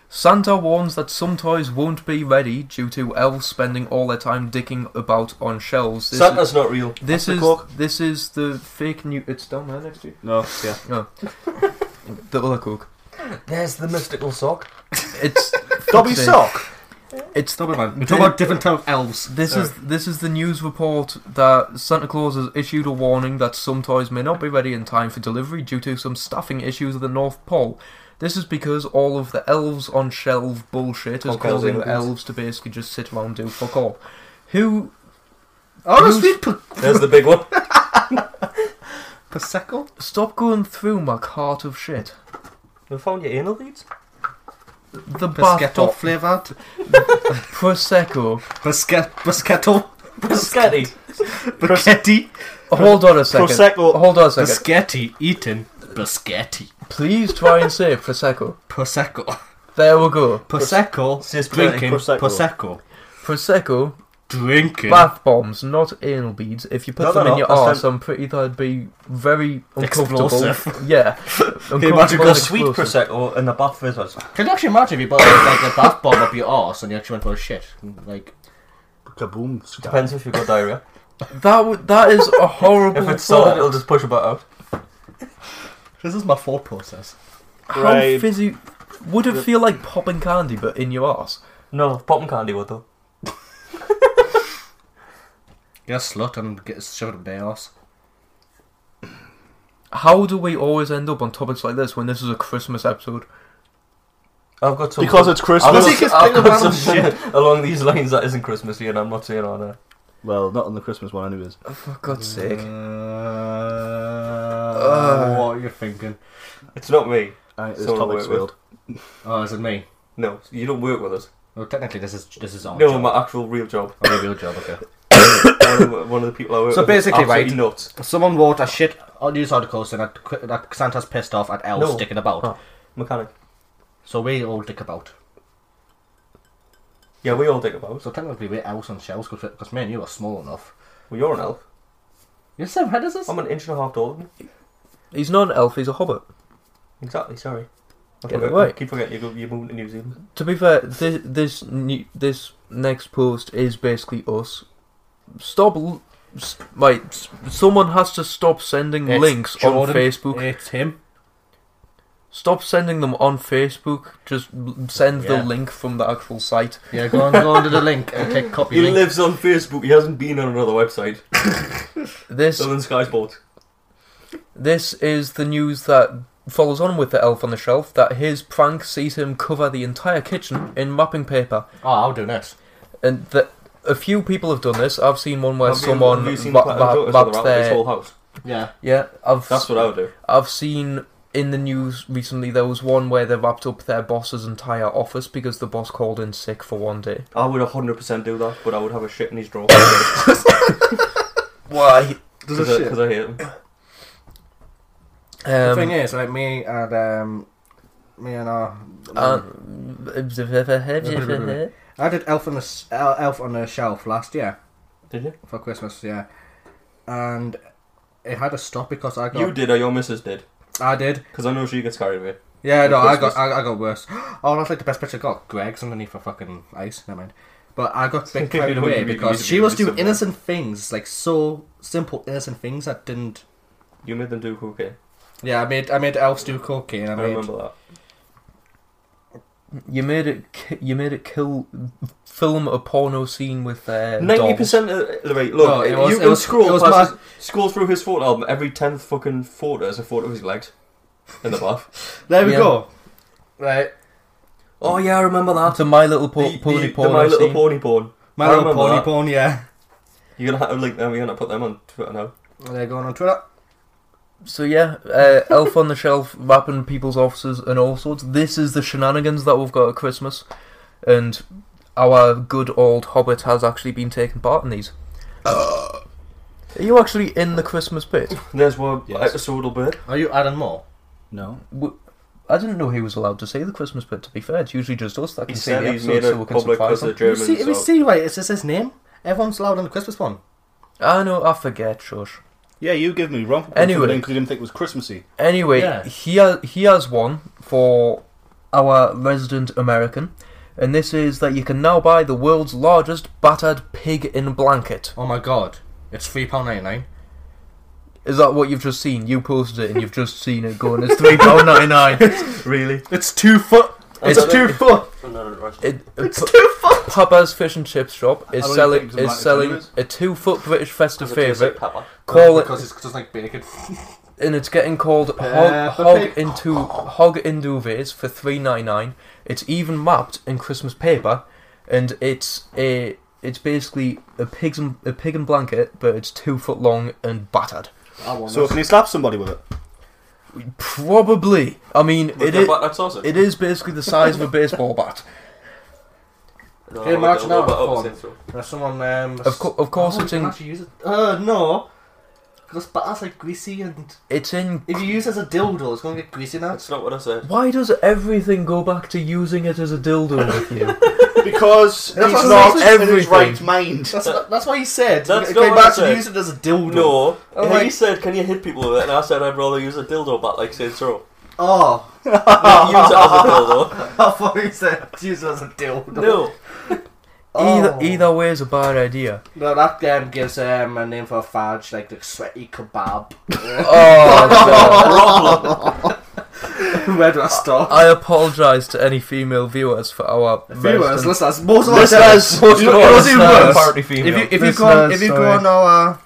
Santa warns that some toys won't be ready due to elves spending all their time dicking about on shelves.
Santa's not real. That's
This
the
is
cork.
this is the fake news. It's down there next to you.
No, yeah.
No. the other cook.
There's the mystical sock.
It's
Dobby's
fuck's sake.
sock.
It's
Dobby man. We're talking about different type of elves.
This is this is the news report that Santa Claus has issued a warning that some toys may not be ready in time for delivery due to some staffing issues at the North Pole. This is because all of the elves on shelf bullshit
Fuck
is
elves,
causing
Indians.
elves to basically just sit around and do fuck all. Who?
Honestly,
who's-
There's the big one.
Prosecco.
Stop going through my cart of shit.
We found your anal leads.
The
Prosciutto
bathtub
flavoured.
prosecco.
Prosciutto. Prosciutto.
Biscotti.
Biscotti.
Hold on a second.
Prosecco.
Hold on a second.
Biscotti eaten. Biscotti.
Please try and say prosecco.
Prosecco.
There we go.
Prosecco.
Says
drinking.
Prosecco.
Prosecco.
Prosecco.
Drinking.
Bath bombs, not anal beads. If you put
No,
them
no,
in
no,
your
that's
arse, I'm pretty that'd be very uncomfortable.
Explosive.
Yeah.
Hey, imagine
Uncomfortable
going
and
sweet
explosive.
Prosecco in the bath fizzers.
Can you actually imagine if you bought like, like a bath bomb up your arse and you actually went for a shit? Like
kaboom.
Depends if you've got diarrhea.
That would that is a horrible
If it's
thought.
solid, it'll just push about out.
This is my thought process.
How
Right.
fizzy would it feel like popping candy but in your arse?
No, popping candy would though.
Get a slut and get shoved in chaos.
How do we always end up on topics like this when this is a Christmas episode?
I've got something-
Because it's Christmas.
I've
Take his
got, I've
finger
got
down.
some shit along these lines that isn't Christmassy, and I'm not saying on there.
Well, not on the Christmas one, anyways.
for God's sake.
Uh, Mm.
Uh.
what are you thinking?
It's not me.
Aye, this
Someone I
topic's
work with.
Oh, is it me?
No, you don't work with us.
Well, technically, this is this is our
No,
job.
my actual real job.
Oh, your real job, okay.
one, of the, one of the people I work
So
with. is
basically,
absolutely
right?
Nuts.
Someone wrote a shit news article saying that, Qu- that Santa's pissed off at elves
No.
sticking about.
Huh. Mechanic.
So we all dick about.
Yeah, we all dick about.
So technically, we're elves and shells because me and you are small enough.
Well, you're an elf.
You're the same head as us.
I'm an inch and a half taller. than you.
He's not an elf, he's a hobbit.
Exactly. Sorry. I
Get it
forget- I
right.
Keep forgetting you go- you're moving to New Zealand.
To be fair, this this, new, this next post is basically us. Stop. L- s- right, s- someone has to stop sending
It's
links on
Jordan.
Facebook.
It's him.
Stop sending them on Facebook. Just l- send
Yeah.
the link from the actual site.
Yeah, go on, go on to the link and click copy
He
link.
lives on Facebook. He hasn't been on another website.
This
Southern Sky Sports.
This is the news that follows on with the elf on the shelf that his prank sees him cover the entire kitchen in mopping paper.
Oh, I'll do this.
And the, a few people have done this. I've seen one where
Have you-
someone
have you seen
ma-
Platinum
ma-
Daughters
mapped
all around this
their-
whole house? Yeah.
yeah. I've,
That's what I would do.
I've seen in the news recently there was one where they wrapped up their boss's entire office because the boss called in sick for one day.
I would 100% do that, but I would have a shit in his drawer.
Why?
Does it shit? Because I hate him.
the
Um,
thing is, like me and um, me and our.
Uh,
I did Elf on the S- El- Elf on the Shelf last year.
Did you
for Christmas? Yeah, and it had to stop because I got
You did, or your missus did.
I did.
Because I know she gets carried away.
Yeah,
At
no, I got
Christmas.
I, I got worse. Oh, that's like the best picture I got. Greg's underneath a fucking ice. Never mind. But I got a bit carried
You know, you
away
need- you need
because
to
she
be
was
with
doing
someone.
innocent things, like so simple innocent things that didn't.
You made them do cocaine.
Yeah, I made I made elves do cocaine. I,
Oh,
I
made,
remember that.
You made it. ki- You made it kill. Film a porno scene with uh, their
Ninety percent. Wait, uh, look.
No, it was-
you
it
can
was-
scroll
it was
past
mad.
his- scroll through his photo album. Every tenth fucking photo is a photo of his legs in the bath.
There we go. Right.
Oh yeah, I remember that.
The My Little po-
The-
Pony
the,
Porn.
The My
I've
Little
seen.
Pony Porn.
My
I
Little
remember
Pony
that.
Porn, yeah.
You're gonna have to link them. You're gonna put them on Twitter now.
They're going on Twitter.
So yeah, uh, Elf on the Shelf wrapping people's offices and all sorts. This is the shenanigans that we've got at Christmas, and our good old Hobbit has actually been taking part in these. Are you actually in the Christmas bit?
There's one episode of bit.
Are you adding more?
No.
I didn't know he was allowed to say the Christmas bit. To be fair, it's usually just us that
He
can
said
say the
he's
episode,
made it
so we can
public
surprise
'cause of
them.
the Germans
See, if you see, right, it's just his name. Everyone's loud on the Christmas one.
I know, I forget, shush.
Yeah, you give me wrong
Anyway.
because you didn't think it was Christmassy.
Anyway,
Yeah.
he has, he has one for our resident American, and this is that you can now buy the world's largest battered pig in blanket.
Oh my god, it's three pound ninety nine.
Is that what you've just seen? You posted it and you've just seen it going. It's three pound ninety nine.
really?
It's two foot.
It's two foot.
It, it's two foot. Papa's Fish and Chips Shop is
I don't
selling
think it's
is
like
selling
anyways.
a two foot British festive
Does it taste like
favourite.
pepper?
Call
No,
it
because it's just like bacon.
and it's getting called
Peppa
hog, hog
Pig.
into hog in duvets for three ninety nine. It's even mapped in Christmas paper, and it's a it's basically a pig's and, a pig and blanket, but it's two foot long and battered.
So can he slap somebody with it?
Probably. I mean,
With
it
the
is,
butt-up sausage?
it is basically the size of a baseball bat.
Hey, imagine that on the phone. There's someone. Um,
Of co- of course
oh,
it's
you can
in-
actually use it. Uh, no. Because batter's like greasy and.
It's in.
If you use it as a dildo, it's going to get greasy now. That's
not what I said.
Why does everything go back to using it as a dildo with you?
Because
That's
he's
what
not
I'm saying.
in his right mind.
That's, that's what he said.
That's
It
not
came
what I
back to
said.
use it as a dildo.
No.
I'm
he
like-
said, "Can you hit people with it?" And I said, "I'd rather use a dildo bat like Saints Row."
Oh.
Not use it as a dildo.
I thought he said use it as a dildo.
No.
Either either way is a bad idea.
No, that game gives um, a name for a fudge, like the sweaty kebab.
Oh, God.
Where do I start?
I apologise to any female viewers for our
Viewers,
most-
listeners, most of our
Listeners,
listeners,
most of our listeners are apparently
If you,
female.
if you go on, if you go on our uh,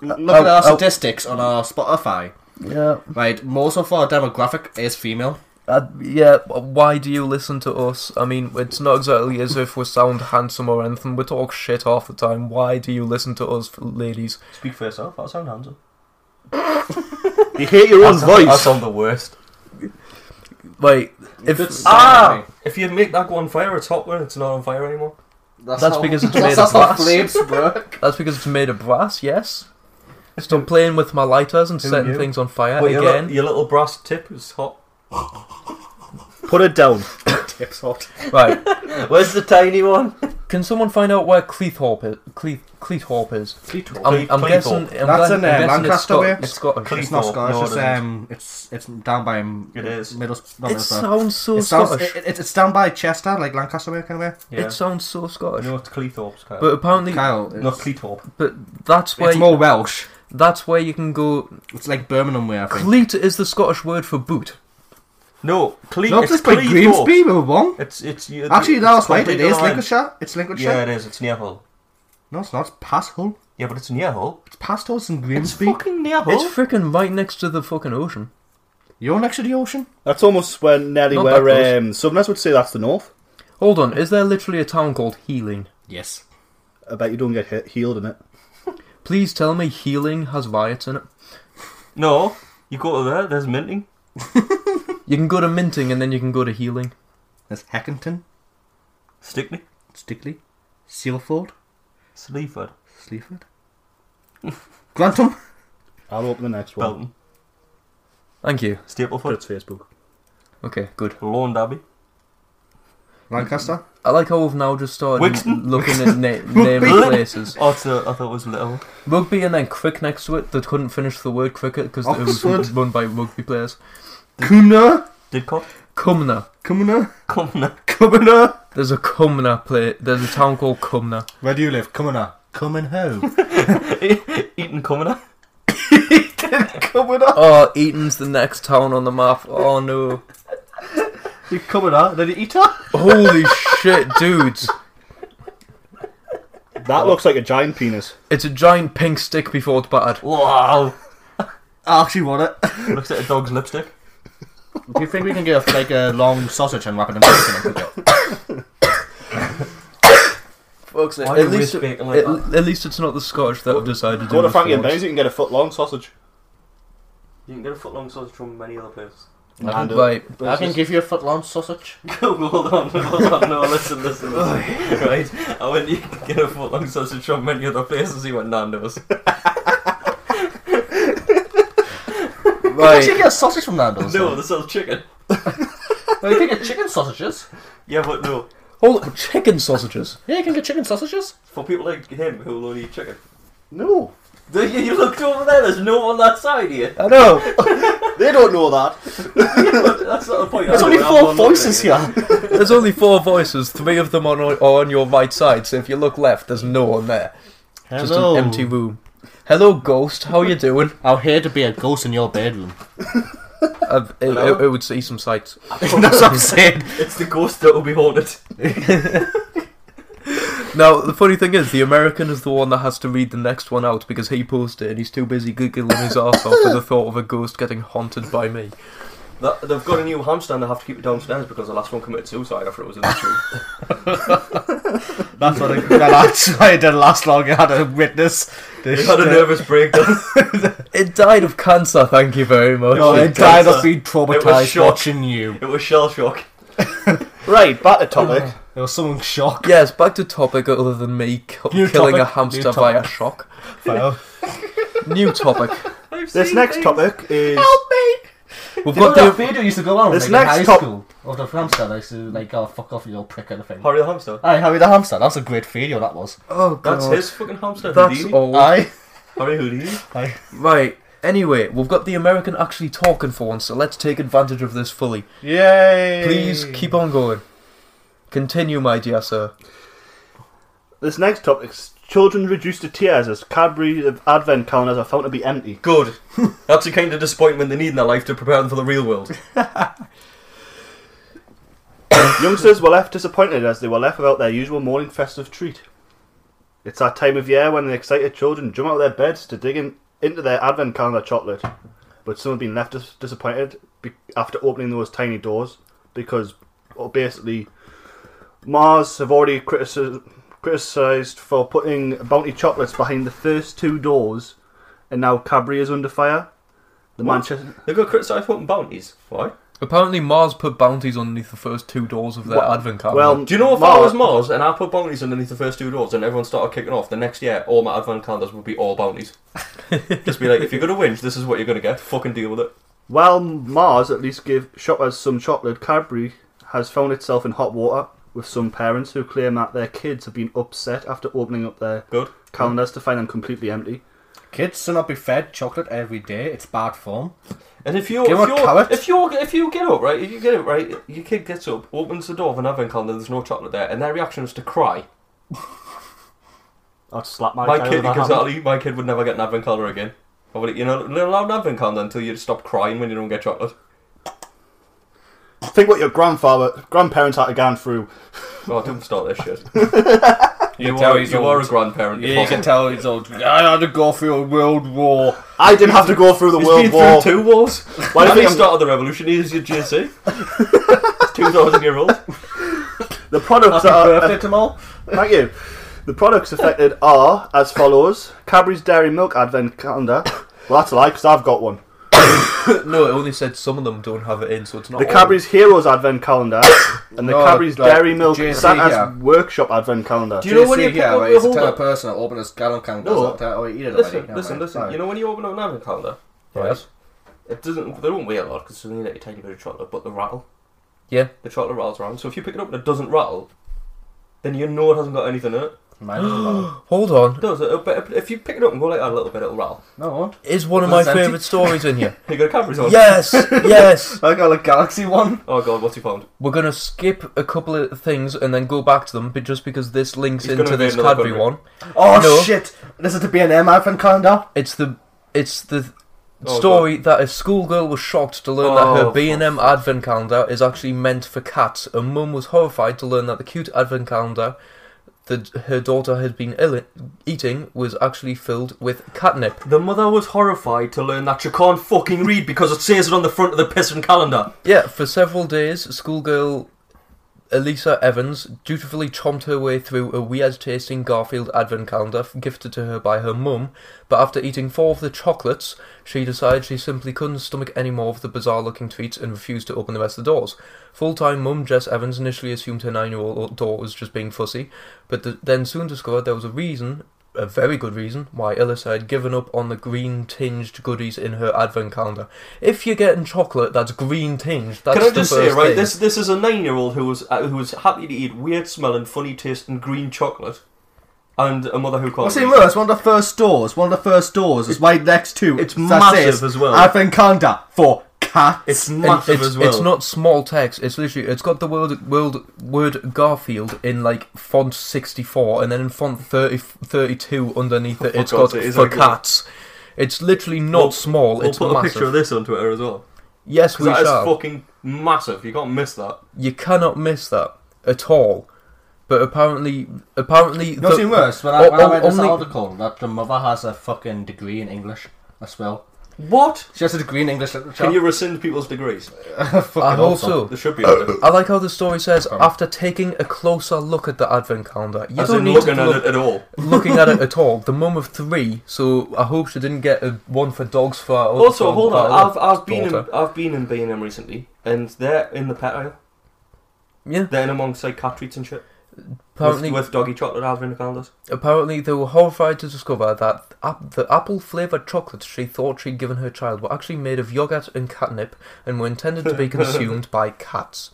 look at
oh,
our
oh.
statistics on our Spotify,
Yeah.
right, most of our demographic is female.
Uh, yeah, why do you listen to us? I mean, it's not exactly as if we sound handsome or anything. We talk shit half the time. Why do you listen to us, ladies?
Speak for yourself. I sound handsome.
You
hate your own voice.
I sound the worst. Like, if
ah, if you make that go on fire, it's hot when it's not on fire anymore.
that's, because it's made of brass. That's because it's made of brass. Yes. Stop playing with my lighters and
Who
setting
knew?
things on fire
Well, your li-
again.
Your, little brass tip is hot.
Put it down.
Tip's hot.
Right.
Where's the tiny one?
Can someone find out where Cleethorpe is? Cleeth, Cleethorpe is.
Cleethorpe.
I'm, I'm guessing. I'm
that's
guessing-
in uh,
I'm guessing it's
Lancaster
Scot-
way.
It's Scottish.
It's not Scottish. it's, um, it's it's down by um,
It is.
Middles- not
It
Middlesbrough.
sounds so
it sounds,
Scottish.
It, it, it's down by Chester, like Lancaster way, kind of way.
It sounds so Scottish.
No, it's Cleethorpes, Kyle.
But apparently,
Kyle,
Not Cleethorpe.
But that's where
It's more Welsh.
That's where you can go.
It's like Birmingham way. I think.
Cleat is the Scottish word for boot.
No, Cle-
No,
it's
it's by
Cleethorpe.
Grimsby, we were wrong.
It's it's you-
Actually, no,
it's
it's right. It
completely
is
aligned.
Lincolnshire. It's Lincolnshire.
Yeah, it is. It's near Hull.
No, it's not. It's past Hull.
Yeah, but it's near Hull.
It's past Hull. It's in Grimsby. It's
fucking near
Oh.
It's freaking right next to the fucking ocean.
You're next to the ocean.
That's almost where nearly
Not that
where
close.
um, Southerners would say that's the north.
Hold on, is there literally a town called Healing?
Yes.
I bet you don't get hit, healed in it.
Please tell me Healing has riots in it.
No, you go to there. There's minting.
You can go to Minting and then you can go to Healing.
There's Hackington.
Stickney.
Stickley. Sealford.
Sleaford.
Sleaford. Grantham.
I'll open the next one.
Belton.
Thank you.
Stapleford.
That's Facebook.
Okay, good.
Lawn Derby.
Lancaster.
I like how we've now just started
Wixton.
looking at na- naming places.
Oh, it's, uh, I thought it was little.
Rugby and then crick next to it. They couldn't finish the word cricket because it was
Oxford.
run by rugby players.
Cumna.
Didcot.
Cumna.
Cumna.
Cumna.
Cumna.
There's a Cumna play. There's a town called Cumna.
Where do you live? Cumna. Coming home.
Eaton Cumna.
Coming
Oh, Eaton's the next town on the map. Oh no.
You coming up? Did you eat her?
Holy shit, dudes.
That looks like a giant penis.
It's a giant pink stick before it's battered.
Oh
Wow.
I actually want it.
Looks like a dog's lipstick.
Do you think we can get like a long sausage and wrap it in bacon and cook it?
Folks,
Why
at,
do you whisk
least it-
bacon like
at, at least it's not the Scottish that have decided
Go
to
to
do
Frankie and
the
Ben's, you can get a foot long sausage.
You can get a foot long sausage from many other places.
And a-
Right.
I can give you a foot long sausage.
hold on, hold on, no, listen, listen, listen. right, I went, you can get a foot long sausage from many other places, he went Nando's.
Right. You can get a sausage from Nando's.
no, they sell Oh, chicken.
Well, you can get chicken sausages.
Yeah, but no,
Hold chicken sausages.
Yeah, you can get chicken sausages.
for people like him who will only eat chicken.
No.
There- You you looked over there, there's no one on that side here.
I know. they don't know that.
That's not the point.
There's
I
only
know,
four
I'm not
voices
looking at
here.
There's only four voices. Three of them are on, are on your right side. So if you look left, there's no one there. Just
Hello.
an empty room. Hello, ghost. How you doing?
I'm here to be a ghost in your bedroom.
i it, it, it would see some sights.
That's what I'm saying.
you. It's the ghost that will be haunted.
Now, the funny thing is, the American is the one that has to read the next one out because he posted it and he's too busy giggling his arse off at the thought of a ghost getting haunted by me.
That, they've got a new hamster and they have to keep it downstairs because the last one committed suicide after it was in the room.
That's what I, that's why it didn't last long. I had a witness.
They had a nervous breakdown.
It died of cancer, thank you very much.
No, it Oh, died of being
It was
traumatized
shock.
watching you.
It was shell shock.
Right, back to topic.
There was someone shocked.
Yes, back to topic other than me ki-
New
killing a
topic,
hamster
new
via
topic.
shock.
Well,
New topic.
this next topic is.
We've
you know
got
that
the.
video used to go on
This
like, in
next
high
top-
school of the hamster that used to like, oh fuck off, you little prick kind of thing.
Harry the hamster.
Aye, Harry the hamster. That's a great video. That was.
Oh, God.
That's his fucking hamster.
That's
Houdini.
all.
Aye.
Harry Houdini.
Aye.
Right. Anyway, we've got the American actually talking for once, so let's take advantage of this fully.
Yay!
Please keep on going. Continue, my dear sir.
This next topic's Children reduced to tears as Cadbury advent calendars are found to be empty.
Good. That's the kind of disappointment they need in their life to prepare them for the real world.
Youngsters were left disappointed as they were left without their usual morning festive treat. It's that time of year when the excited children jump out of their beds to dig in, into their advent calendar chocolate. But some have been left dis- disappointed be- after opening those tiny doors because, well, basically, Mars have already critici- criticised for putting bounty chocolates behind the first two doors, and now Cadbury is under fire. The
What?
Manchester
They've got criticised for putting bounties. Why?
Apparently, Mars put bounties underneath the first two doors of their
Well-
advent calendar.
do you know if I was Mars and I put bounties underneath the first two doors and everyone started kicking off, the next year all my advent calendars would be all bounties. Just be like, if you're gonna whinge, this is what you're gonna get. Fucking deal with it.
While Mars at least gave shoppers some chocolate, Cadbury has found itself in hot water with some parents who claim that their kids have been upset after opening up their calendars to find them completely empty.
Kids should not be fed chocolate every day. It's bad form.
And if you
Give
if
a
you
carrot.
if you if you get up right, if you get it right, your kid gets up, opens the door of an advent calendar, there's no chocolate there, and their reaction is to cry.
I'd slap
My, kid, because Ali, my kid would never get an advent calendar again. I would, you know, they're allowed an advent calendar until you stop crying when you don't get chocolate.
Think what your grandfather, grandparents had to go through.
Oh, don't start this shit.
You
you
tell
are,
he's
you
old.
are a grandparent.
Yeah, you can
tell he's old. I had to go through a world war.
I didn't have to go through the
He's
world
been
war.
Through two wars.
Why
Why
do you
did he
think I'm-
start the revolution? He's your GC. He's two thousand year old.
The products
Happy
that are
birthday,
Tamal. Thank you. The products affected are as follows: Cadbury's Dairy Milk Advent Calendar. Well, that's a lie because I've got one.
no, it only said some of them don't have it in, so it's not.
the
all.
Cadbury's Heroes Advent Calendar and the
No,
Cadbury's
like,
Dairy Milk
JC,
Santa's
yeah.
Workshop Advent Calendar.
Do you know when you pick
yeah,
up
right,
your
it's a
hold
type
up?
of person that opens a gallon calendar.
No.
that, oh, eat it
listen,
already.
listen, listen.
Sorry.
You know when you open up an advent calendar, right? It doesn't. They don't weigh a lot because they only let you take a bit of chocolate, but the rattle.
Yeah.
The chocolate rattles around. So if you pick it up and it doesn't rattle, then you know it hasn't got anything in it.
Hold on.
Does it? But if you pick it up and go like that a little bit, it'll rattle.
No, it won't.
Is one of my favourite stories in here.
you got a camera on.
Yes, yes.
I got a galaxy one.
Oh god, what's he found?
We're gonna skip a couple of things and then go back to them, but just because this links
He's gonna
into
invade
this
another
Cadbury
country.
one.
Oh
No,
shit! This is the B and M advent calendar.
It's the it's the
Oh,
story that a schoolgirl was shocked to learn that
Oh,
her B&M advent calendar is actually meant for cats. A mum was horrified to learn that the cute advent calendar that her daughter had been ill- eating was actually filled with catnip.
The mother was horrified to learn that you can't fucking read because it says it on the front of the pissing calendar.
Yeah, for several days, schoolgirl Elisa Evans dutifully chomped her way through a weird tasting Garfield advent calendar f- gifted to her by her mum, but after eating four of the chocolates, she decided she simply couldn't stomach any more of the bizarre looking treats and refused to open the rest of the doors. Full time mum Jess Evans initially assumed her nine year old daughter was just being fussy, but th- then soon discovered there was a reason a very good reason why Elisa had given up on the green tinged goodies in her advent calendar. If you're getting chocolate that's green tinged, that's
Can I
the
just say,
first
right?
thing.
This this is a nine-year-old who was uh, who was happy to eat weird smelling, funny tasting green chocolate, and a mother who can't.
What's even
read.
worse? One of the first doors. One of the first doors is right next to. It's
massive as well.
Advent calendar for cats. It's
And it's, It's not small text. It's literally it's got the word word word Garfield in like font 64 and then in font 30, 32 underneath it
For God's
it's got
sake, is
for
that good?
cats. It's literally not
We'll-
small.
We'll
it's
put
massive.
a picture of this on Twitter as well.
Yes,
'Cause
we
that is
shall.
fucking massive. You can't miss that.
You cannot miss that at all. But apparently, apparently,
Not
the-
even worse. When I,
o-
when I
o-
read this
only-
article, that the mother has a fucking degree in English as well.
What?
She has a degree in English literature.
Can you rescind people's degrees?
I also,
There should be. a-
I like how the story says after taking a closer look at the advent calendar, you
As
don't
in
need
looking
to
at it
look-
at all.
looking at it at all. The mum of three, so I hope she didn't get a one for dogs for. our-
Also,
for
hold on.
our
I've I've been in,
daughter.
I've been in B and M recently, and they're in the pet aisle.
Yeah.
They're in amongst like cat treats and shit.
Apparently-
with, with doggy chocolate advent calendars.
Apparently, they were horrified to discover that ap- the apple flavoured chocolates she thought she'd given her child were actually made of yogurt and catnip and were intended to be consumed by cats.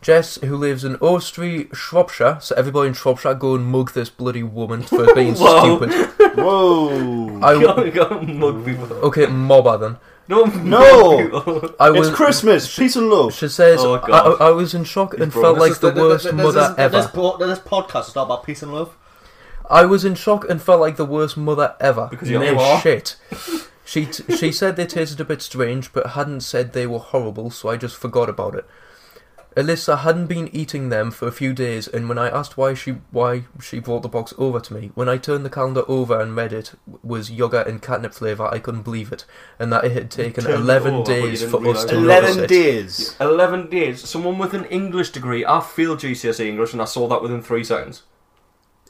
Jess, who lives in Ostrey, Shropshire, so everybody in Shropshire go and mug this bloody woman for being
Whoa.
stupid.
Whoa!
I w-
Can't- can't mug people.
Okay, mob her then.
No,
No!
I
It's
was,
Christmas, peace and love.
She says,
Oh,
I,
God.
I, I was in shock and
brought
felt
us
like
this-
the
th- th-
worst
th- this
mother
is-
ever.
This, po- this podcast is not about peace and love.
I was in shock and felt like the worst mother ever.
Because you
They
are.
were shit. She t- she said they tasted a bit strange, but hadn't said they were horrible, so I just forgot about it. Alyssa hadn't been eating them for a few days, and when I asked why she why she brought the box over to me, when I turned the calendar over and read it w- was yogurt and catnip flavour, I couldn't believe it, and that it had taken
Turned it
eleven
over, but you
days
Oh, didn't
for us
realise
to
it.
notice it.
Yeah, Eleven days. Someone with an English degree. I failed GCSE E English, and I saw that within three seconds.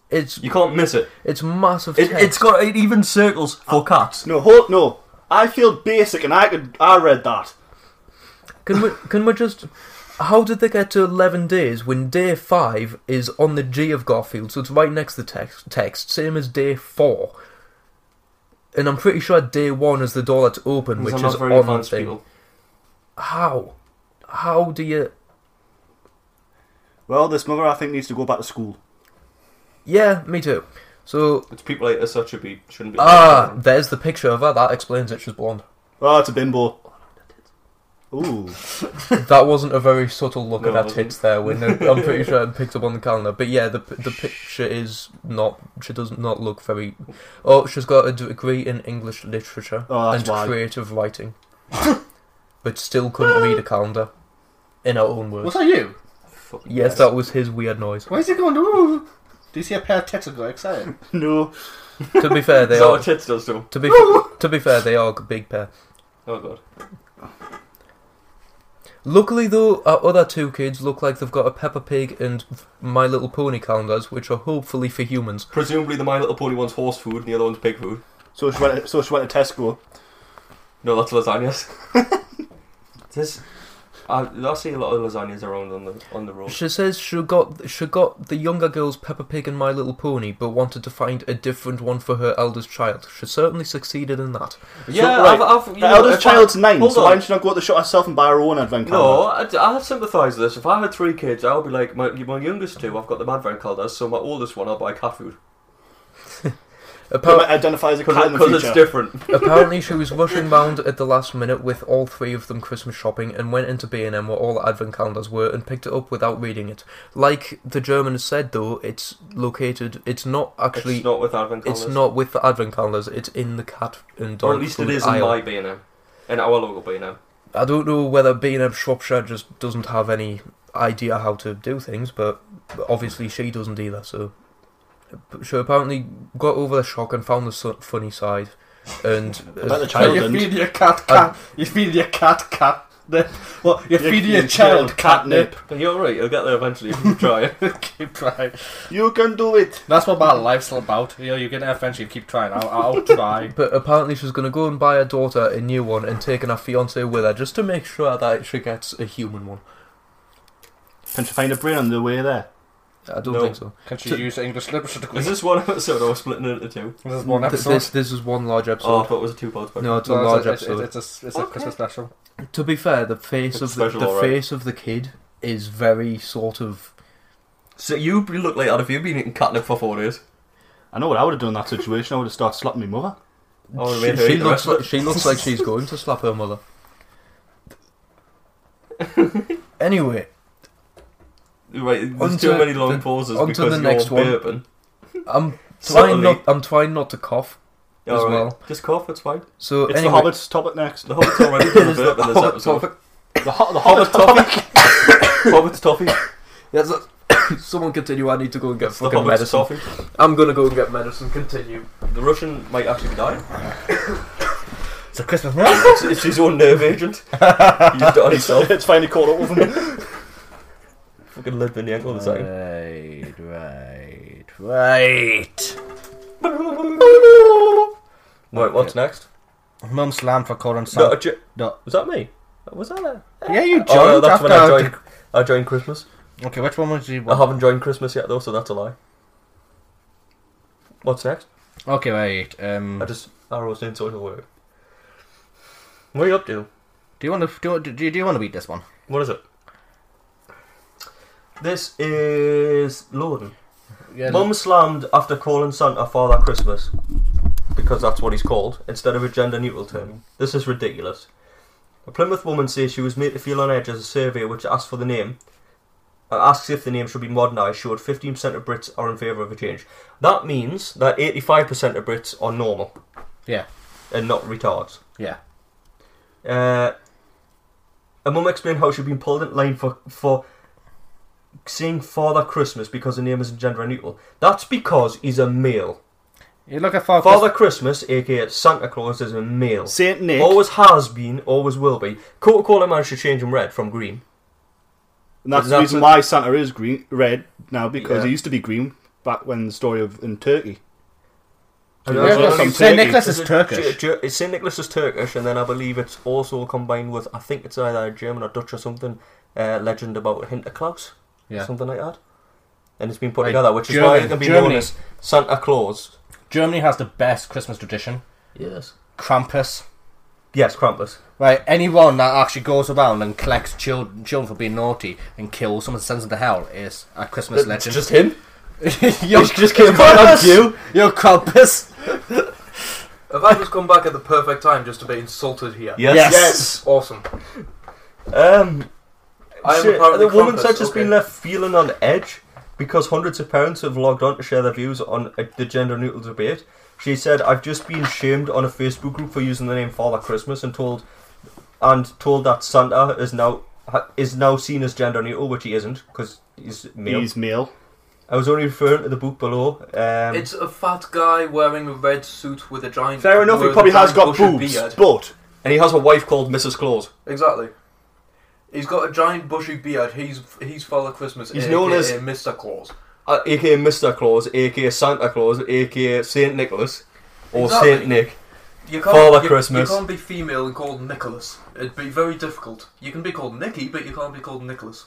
It's
you can't miss it.
It's massive.
It, has got it even circles for cats.
No, hold no. I feel basic, and I could. I read that.
Can we can we just? How did they get to eleven days when day five is on the G of Garfield, so it's right next to the text, text same as day four. And I'm pretty sure day one is the door that's open,
These
which
are
is
not very
on the
advanced
thing.
people.
How? How do you?
Well, this mother I think needs to go back to school.
Yeah, me too. So
it's people like this that should be shouldn't be.
Ah, there's the picture of her. That explains it. She's blonde.
Oh, it's a bimbo. Ooh.
that wasn't a very subtle look
No,
at her
it wasn't.
tits there. When the- I'm pretty sure it picked up on the calendar. But yeah, the p- the picture is not. She does not look very. Oh, she's got a degree in English literature
Oh, that's
and
why.
creative writing, but still couldn't read a calendar. In her own words.
Was that you?
Yes,
yes.
that was his weird noise.
Why is he going? Ooh. Do you see a pair of tits and go excited?
no.
To be fair, they
Is that
are.
what tits does to him?
To be f- to be fair, they are a big pair.
Oh god.
Luckily, though, our other two kids look like they've got a Peppa Pig and My Little Pony calendars, which are hopefully for humans.
Presumably, the My Little Pony one's horse food and the other one's pig food.
So she went. So she went to Tesco.
No, that's lasagnas. this, I, I see a lot of lasagnas around on the on the road.
She says she got she got the younger girls Peppa Pig and My Little Pony, but wanted to find a different one for her eldest child. She certainly succeeded in that.
Yeah,
right,
I've- I've- you
the
know,
eldest
if I-
child's nine,
hold
so
on.
why don't you not go to the shop herself and buy her own advent
No,
calendar?
I, I sympathise with this. If I had three kids, I would be like, my, my youngest two, I've got the advent calendars, so my oldest one, I'll buy cat food.
Appar- identify as a cat in the
Because it's
future.
different.
Apparently, she was rushing round at the last minute with all three of them Christmas shopping and went into B&M where all the advent calendars were and picked it up without reading it. Like the German has said, though, it's located. It's not actually.
It's not with advent
It's
calendars.
not with the advent calendars. It's in the cat and dog.
or at least it
food
is in
aisle.
my B&M. In our local B&M.
I don't know whether being a Shropshire just doesn't have any idea how to do things, but obviously she doesn't either. So she apparently got over the shock and found the su- funny side. And
I bet the child You didn't. feed your cat cat-
you feed your cat cat.
What, you're feeding your child catnip.
You're right, you'll get there eventually if you try it.
keep trying.
You can do it.
That's what my life's all about. You know, you get there eventually. Keep trying. I'll, I'll try.
But apparently she's going to go and buy her daughter a new one and taking her fiance with her just to make sure that she gets a human one.
Can she find a brain on the way there?
I don't
No.
think so.
Can she
So-
use English literature degree?
Is this one episode or we're splitting it into two?
This is one
Th-
episode.
This, this is one large episode.
Oh, I thought it was a two-part
No,
No, it's
it's a
a-
large
it's-
episode.
it's- it's a- it's a Okay. Christmas special.
To be fair, the
It's
face of the,
special,
the
all right.
face of the kid is very sort of.
So you look like that if you've been eating catnip for four days.
I know what I would have done in that situation. I would have started slapping my mother.
Oh,
She, she looks like, she looks like she's going to slap her mother. anyway,
Right, there's
onto
too many long
the-
pauses
onto
because
the
you're
next one.
burping.
I'm
Subtly.
trying not. I'm trying not to cough
Yeah,
as
all right.
well.
Just cough, it's fine.
So
It's
anyway,
the Hobbit's topic next.
The Hobbit's already been a burp in this episode.
The, ho- the
Hobbit
Hobbit topic.
Hobbit's toffee.
That's someone continue. I need to go and get
the
fucking
Hobbit's
medicine.
toffee.
I'm gonna go and get medicine. Continue.
The Russian might actually be dying.
It's a Christmas
it's, it's his own nerve agent. He's done it himself.
It's finally caught up with him.
Fucking lead in the ankle
Oh,
this second.
Right, right, right.
Right, what's next?
Mum slammed for Corin
No,
Sam.
I ju-
No.
Was that me? Was that there?
Yeah, you
Oh, no,
joined
that's when I
after-
joined. I joined Christmas.
Okay, which one was you?
I haven't joined Christmas yet though, so that's a lie. What's next?
Okay, right. Um,
Uh-huh. I just I was doing social work. What are you up to?
Do you want to do? you- Do you, do you want to beat this one?
What is it? This is Lorden.
Yeah,
Mum slammed after calling Santa Father Christmas because that's what he's called instead of a gender neutral term. This is ridiculous. A Plymouth woman says she was made to feel on edge as a survey which asked for the name and asks if the name should be modernised showed 15% of Brits are in favour of a change. That means that 85% of Brits are normal.
Yeah.
And not retards.
Yeah.
Uh, a mum explained how she'd been pulled in line for for saying Father Christmas because the name isn't gender neutral. That's because he's a male.
You look at Father,
Father Christmas, aka Santa Claus, is a male.
Saint Nick.
Always has been, always will be. Coca Cola managed to change him red from green.
And that's the reason
a-
why Santa is green, red now because
Yeah.
he used to be green back when the story of in Turkey.
And
Yeah,
that's
that's
from
from Saint
Turkey.
Nicholas is Turkish.
Ju- ju- Saint Nicholas is Turkish, and then I believe it's also combined with I think it's either a German or Dutch or something uh, legend about Hinterklaas,
Yeah.
something like that. And it's been put
Like
together, which is
German-
why it can be known
Germany.
as Santa Claus.
Germany has the best Christmas tradition.
Yes.
Krampus.
Yes, Krampus.
Right, anyone that actually goes around and collects children, children for being naughty and kills someone, sends them to hell, is a Christmas
That's
legend.
just him?
You're
He just came
Krampus!
back on cue.
You're Krampus.
Have I just come back at the perfect time just to be insulted here?
Yes. Yes. Yes.
Awesome.
Um,
I am
shit,
apparently
the woman
Krampus,
said she's
okay.
been left feeling on edge because hundreds of parents have logged on to share their views on uh, the gender neutral debate. She said, "I've just been shamed on a Facebook group for using the name Father Christmas and told, and told that Santa is now ha- is now seen as gender neutral, which he isn't because he's male.
He's male.
I was only referring to the book below. Um,
It's a fat guy wearing a red suit with a giant.
Fair enough, he
with a
probably has
giant
got
bushy
boobs,
beard.
but
and he has a wife called Mrs. Claus.
Exactly. He's got a giant bushy beard. He's he's Father Christmas.
He's
aka
known as-
Mr. Claus.
uh, aka Mr. Claus, aka Santa Claus, aka Saint Nicholas, or
Exactly.
Saint Nick,
You can't,
Father
you,
Christmas.
You can't be female and called Nicholas. It'd be very difficult. You can be called Nicky, but you can't be called Nicholas.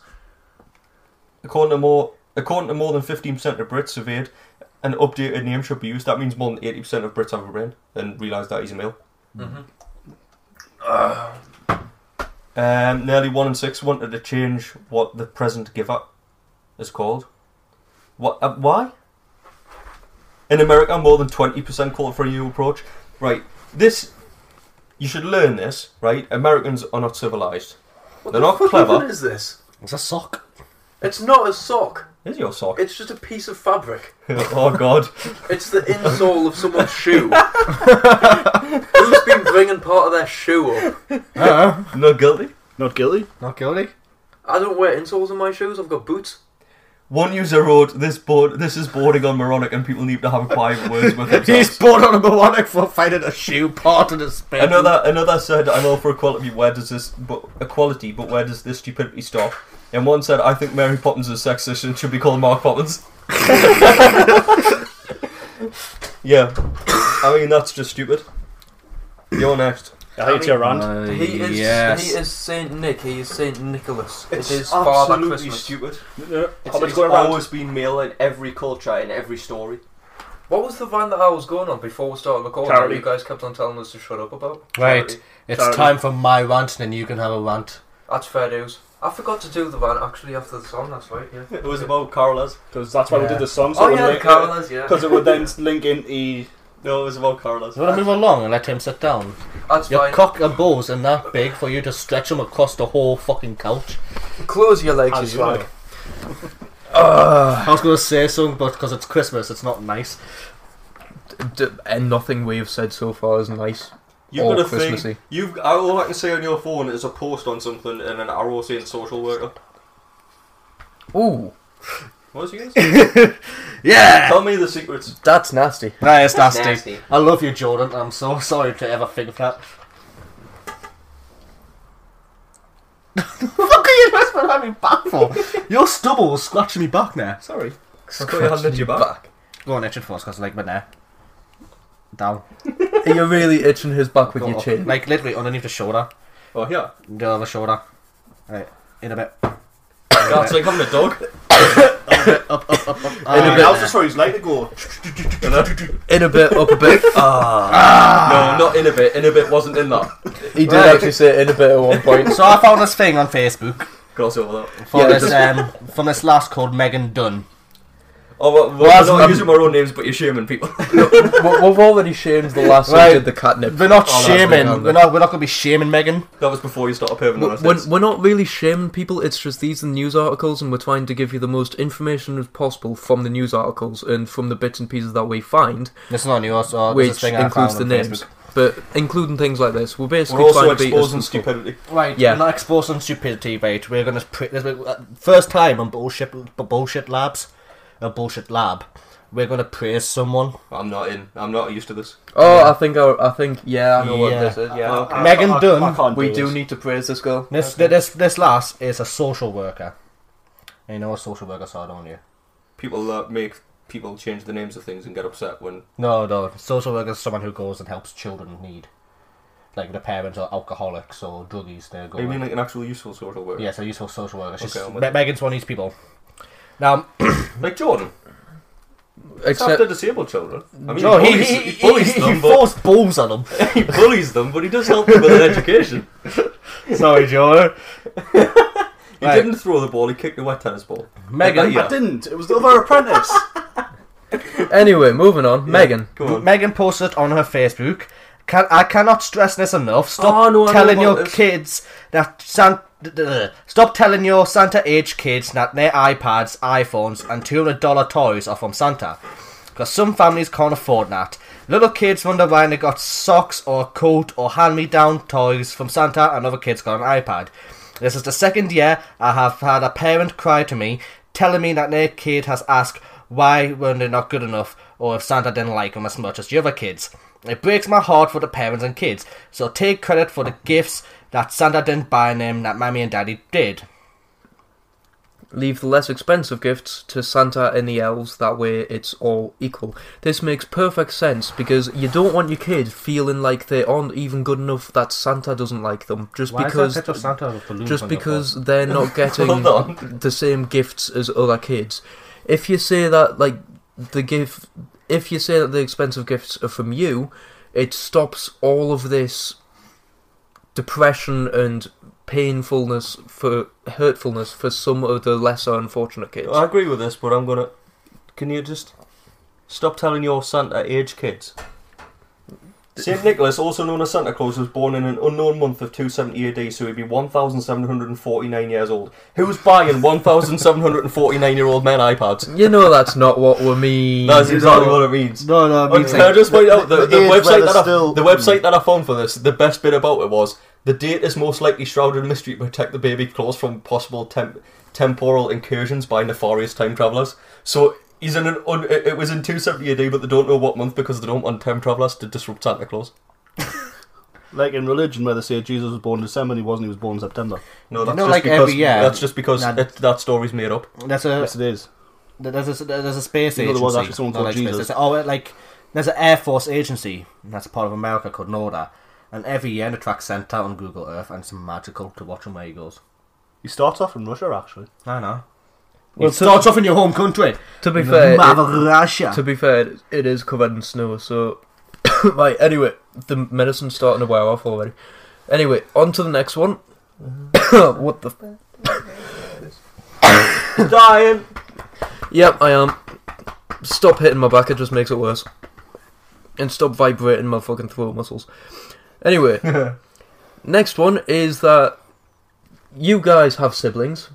according to more, according to more than fifteen percent of Brits surveyed, an updated name should be used. That means more than eighty percent of Brits have a brain and realise that he's a male.
Mhm.
Um, nearly one in six wanted to change what the present giver is called. What? Uh, why? In America, more than twenty percent called for a new approach. Right. This. You should learn this, right? Americans are not civilized. They're not
What
clever.
even is this?
It's a sock.
It's not a sock.
Is your sock?
It's just a piece of fabric.
oh God.
It's the insole of someone's shoe. Who's been bringing part of their shoe up?
Not guilty.
Not guilty.
Not guilty.
I don't wear insoles in my shoes. I've got boots.
One user wrote, "This board, this is boarding on moronic, and people need to have quiet words with themselves."
He's born on a moronic for finding a shoe part in his bed.
uh,
Another another said, "I'm all for equality. Where does this but equality? But where does this stupidity stop?" And one said, "I think Mary Poppins is sexist and should be called Mark Poppins." yeah, I mean that's just stupid. You're next.
I hate your rant. Uh,
He is
yes.
he is Saint Nick. He is Saint Nicholas.
It's
It is Father
absolutely
Christmas.
stupid.
Yeah.
It's,
How much
it's
going around?
always been male in every culture, in every story.
What was the van that I was going on before we started recording?
Charity.
That you guys kept on telling us to shut up about.
Right,
Charity.
it's time for my rant, and then you can have a rant.
That's fair dues. I forgot to do the van actually after the song. That's right. Yeah.
It was about Carolas.
Because that's why we did the songs.
Oh yeah, the Carolas. Yeah.
Because it would then link in E.
No, it was about Carolas.
You want to move along and let him sit down.
That's
Your
fine.
cock and balls are that big for you to stretch them across the whole fucking couch.
Close your legs.
As
as you
well.
like.
I was going to say something, but because it's Christmas, it's not nice.
D- and nothing we have said so far is nice
You've
or
got a
Christmassy.
thing. You've all I can see on your phone is a post on something and an arrow saying social worker.
Ooh,
What was you guys?
Yeah!
Tell me the secrets.
that's nasty.
That is nasty.
Nasty.
I love you, Jordan. I'm so sorry to ever think that. Fuck are you just behind me back for? Your stubble was scratching me back now.
Sorry. I thought you had it in your back.
Go on, itch it first, because like my neck. Down.
You're really itching his back with
Go
your
up.
chin.
Like literally underneath the shoulder.
Oh yeah.
The other shoulder. Right. In a bit.
God, it's like having a dog.
Up, up, up, up.
And
Ah,
I was just where he's like to go.
In a bit, up a bit. Uh,
No, not in a bit. In a bit wasn't in that.
He did
Right.
actually say in a bit at one point.
so I found this thing on Facebook
Cross over that.
for
Yeah,
this um, from this last called Megan Dunn.
Oh, well, well,
Well,
we're not
I'm-
using our own names, but you're shaming people.
We- We've already shamed the last
Right.
who did the catnip.
We're not Oh, that's shaming. been on We're
not. We're not going to be shaming Megan.
That was before you started perving on us.
We're, we're not really shaming people. It's just these are the news articles, and we're trying to give you the most information as possible from the news articles and from the bits and pieces that we find.
This is not news, uh, this
which
is thing I
includes
found
the
on
names,
Facebook.
but including things like this. We're basically
We're also
trying to be as
exposing
useful.
stupidity.
Right,
Yeah.
we're not exposing stupidity, right? We're going to. Pre- this, uh, first time on Bullshit, bu- bullshit Labs, a Bullshit Lab, we're going to praise someone.
I'm not in. I'm not used to this.
Oh, I think I, I think yeah, I know
Yeah.
what this is. Yeah,
Okay. Megan Dunn.
we do need to praise this girl.
This, this, this last is a social worker. You know what social workers are, don't you?
People that make people change the names of things and get upset when
No, no. Social worker is someone who goes and helps children in need. Like the parents are alcoholics or druggies. They're
Oh,
going.
you mean like an actual useful social worker?
Yes, a useful social worker. She's,
Okay, I'm with
Me-
you.
Megan's one of these people. Now,
like Jordan. Except
Except-
after disabled children. I mean,
No,
he
he- he-
bullies, he bullies
he-
them.
he
but-
forces balls on them.
he bullies them, but he does help them with an education.
Sorry, Jordan.
he
Right.
didn't throw the ball. He kicked a wet tennis ball.
Megan-
Yeah.
I
didn't. It was the other apprentice.
Anyway, moving on. Megan.
Megan posted on her Facebook. Can, I cannot stress this enough. Stop
Oh, no, I know
telling
about
your
this.
kids that Santa. Stop telling your Santa age kids that their iPads, iPhones, and two hundred dollar toys are from Santa, because some families can't afford that. Little kids wonder why they got socks or a coat or hand-me-down toys from Santa, and other kids got an iPad. This is the second year I have had a parent cry to me, telling me that their kid has asked why weren't they not good enough, or if Santa didn't like them as much as the other kids. It breaks my heart for the parents and kids, so take credit for the gifts that Santa didn't buy them that Mammy and Daddy did.
leave the less expensive gifts to Santa and the elves. That way, it's all equal. This makes perfect sense because you don't want your kid feeling like they aren't even good enough that Santa doesn't like them just
Why is there a
because
picture of Santa with balloons
just
on your
because
phone?
they're not getting
Hold on.
the same gifts as other kids. If you say that like the gift, if you say that the expensive gifts are from you, it stops all of this depression and painfulness for hurtfulness for some of the lesser unfortunate kids.
I agree with this, but I'm gonna. Can you just stop telling your Santa age kids? Saint Nicholas, also known as Santa Claus, was born in an unknown month of 270 AD, so he'd be 1,749 years old. Who's buying 1,749 year old men iPads?
You know that's not what we mean.
That's exactly what it means.
No, no,
And Oh, Can I just point out the, the, website that I, the
Mm.
website that I found for this? The best bit about it was the date is most likely shrouded in mystery to protect the baby claws from possible temp- temporal incursions by nefarious time travelers. So he's in an un- it it was in 270 AD, but they don't know what month because they don't want time travelers to disrupt Santa Claus.
Like in religion, where they say Jesus was born in December and he wasn't, he was born in September.
No, that's just because, That's just because
Nah.
it, that story's made up.
That's a
yes, it is.
There's a, there's a space
You know, there was
agency.
actually someone
not
called
like space,
Jesus.
there's a- oh, like there's an Air Force agency and that's part of America called NORDA, and every year the track sent out on Google Earth, and it's magical to watch him where he goes.
He starts off in Russia, actually.
I know.
Well,
it starts off in your home country.
To be
The
fair,
mother
it-
Russia.
To be fair, it- it is covered in snow. So, right. Anyway, the medicine's starting to wear off already. Anyway, on to the next one. what the? F-
Dying.
Yep, I am. Stop hitting my back. It just makes it worse. And stop vibrating my fucking throat muscles. Anyway, next one is that you guys have siblings.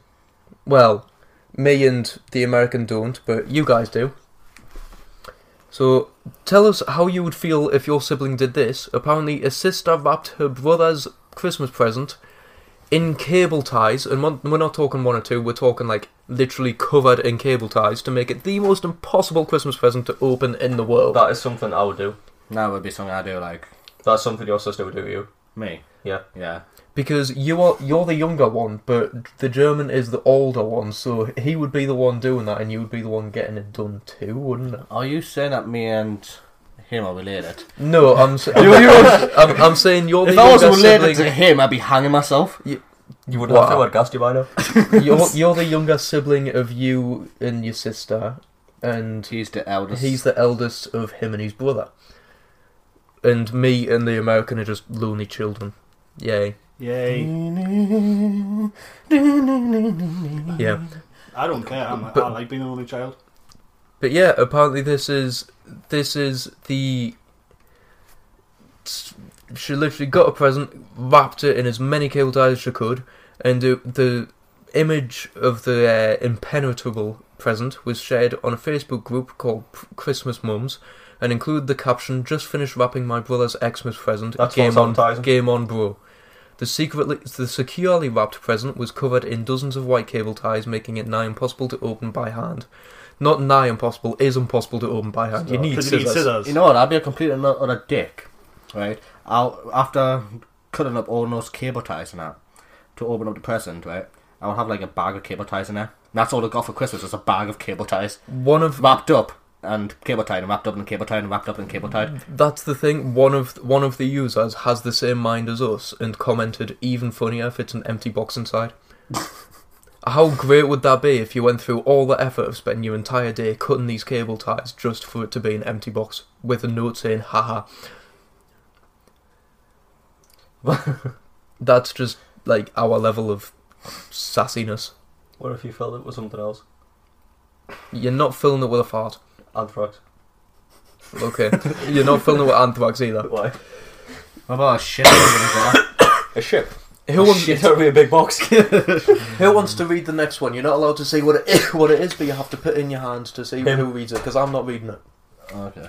Well, me and the American don't, but you guys do. So tell us how you would feel if your sibling did this. Apparently, a sister wrapped her brother's Christmas present in cable ties, and mon- we're not talking one or two. We're talking like literally covered in cable ties to make it the most impossible Christmas present to open in the world.
That is something I would do.
That would be something I do. Like
that's something your sister would do to you.
Me.
Yeah.
Yeah.
Because you are you're the younger one, but the German is the older one, so he would be the one doing that, and you would be the one getting it done too, wouldn't it?
Are you saying that me and him are related?
No, I'm s- I'm,
You- you-
I'm, I'm saying you're
If
the
I was
younger
related
sibling.
to him, I'd be hanging myself.
You,
you
would
Wow.
have to, I'd
gassed you by now.
you're, you're the younger sibling of you and your sister, and
he's the eldest.
He's the eldest of him and his brother. And me and the American are just lonely children. Yay!
Yay.
Yeah.
I don't care. I'm, I like being an only child.
But yeah, apparently this is this is the she literally got a present, wrapped it in as many cable ties as she could, and the, the image of the uh, impenetrable present was shared on a Facebook group called P- Christmas Mums, and included the caption: "Just finished wrapping my brother's Xmas present.
That's
game
what's
on,
advertising.
game on, bro." The secretly, the securely wrapped present was covered in dozens of white cable ties, making it nigh impossible to open by hand. Not nigh impossible, is impossible to open by hand. You need scissors.
You know what? I'd be a complete and utter dick, right? I'll after cutting up all those cable ties and that to open up the present, right? I'll have like a bag of cable ties in there. And that's all I got for Christmas. is a bag of cable ties.
One of
wrapped up and cable tied and wrapped up and cable tied and wrapped up and cable tied.
That's the thing. One of one of the users has the same mind as us and commented, "Even funnier if it's an empty box inside." How great would that be if you went through all the effort of spending your entire day cutting these cable ties just for it to be an empty box with a note saying "haha"? That's just like our level of sassiness.
What if you felt it was something else?
You're not filling it with a fart.
Anthrax.
Okay. You're not filling it with anthrax either.
Why?
What about a ship? a
ship.
Who wants
Oh, Shit, that'd be a big box.
who wants to read the next one? You're not allowed to see what it is, what it is, but you have to put in your hands to see
Him.
who reads it because I'm not reading it.
Okay.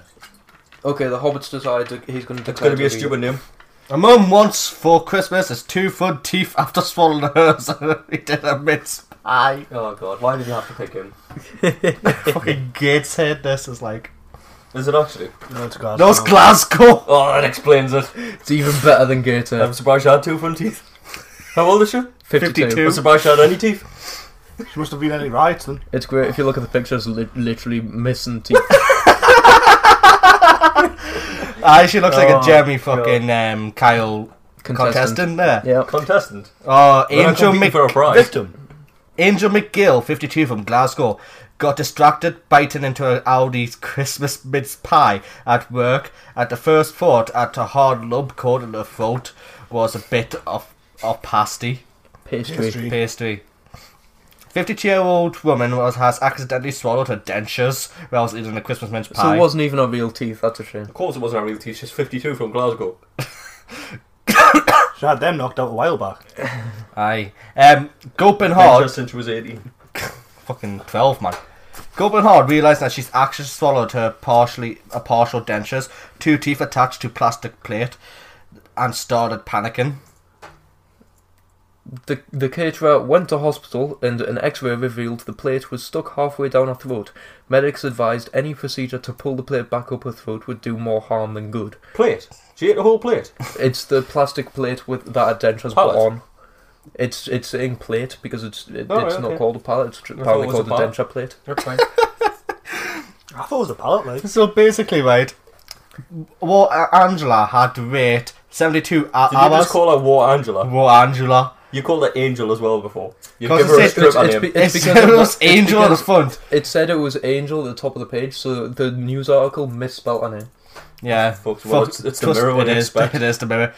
Okay, the Hobbit's decided to- he's going to.
It's going to be a stupid name.
A mum wants for Christmas is two front teeth after swallowing hers and he did a mince pie.
Oh god, why did you have to pick him?
Fucking Gateshead, this is like.
Is it actually?
No, it's Glasgow. No, it's Glasgow!
Oh, that explains it. It's
even better than Gator.
I'm surprised you had two front teeth. How old is she?
52.
I'm surprised you had any teeth.
She must have been any riots then.
It's great if you look at the pictures. Li- literally missing teeth.
Ah, she looks like
Oh,
a Jeremy fucking um, Kyle contestant, there.
Yeah,
contestant.
Oh,
We're not
Angel
competing
Mc-
for a prize.
Victim. Angel McGill, 52 from Glasgow, got distracted biting into an Aldi's Christmas mince pie at work. At the first thought, at a hard lump caught in her throat was a bit of, of pasty.
Pastry. Pastry.
Pastry. 52-year-old woman was, has accidentally swallowed her dentures whilst eating a Christmas mince pie.
so it wasn't even a real teeth. That's a shame.
Of course it wasn't a real teeth, she's 52 from Glasgow.
She had them knocked out a while back.
Aye. Um, Gulping
Been
hard.
just since she was 18.
Fucking 12, man. Gulping hard realised that she's actually swallowed her partially a partial dentures, two teeth attached to plastic plate, and started panicking.
The the caterer went to hospital and an X-ray revealed the plate was stuck halfway down her throat. Medics advised any procedure to pull the plate back up her throat would do more harm than good.
Plate? She ate the whole plate?
It's the plastic plate with that dentures put
Palette.
on. It's it's saying plate because it's it,
Oh,
it's
right,
not
okay.
called a palette. It's tr-
I thought it
apparently
was a
called a,
palette.
denture plate.
That's fine.
I thought it was a pallet, like.
So basically, right, War Angela had to wait 72 hours.
Did you just call her War Angela?
War Angela.
You called her Angel as well before. You
Cause
give her a
it's-
strip
it's-
name.
it's- It said it was Angel on the front.
It said it was Angel at the top of the page, so the news article misspelled her name.
Yeah.
Folks, well,
Fuck,
it's, it's the
trust-
mirror
it
what you
is,
expect.
It is the mirror.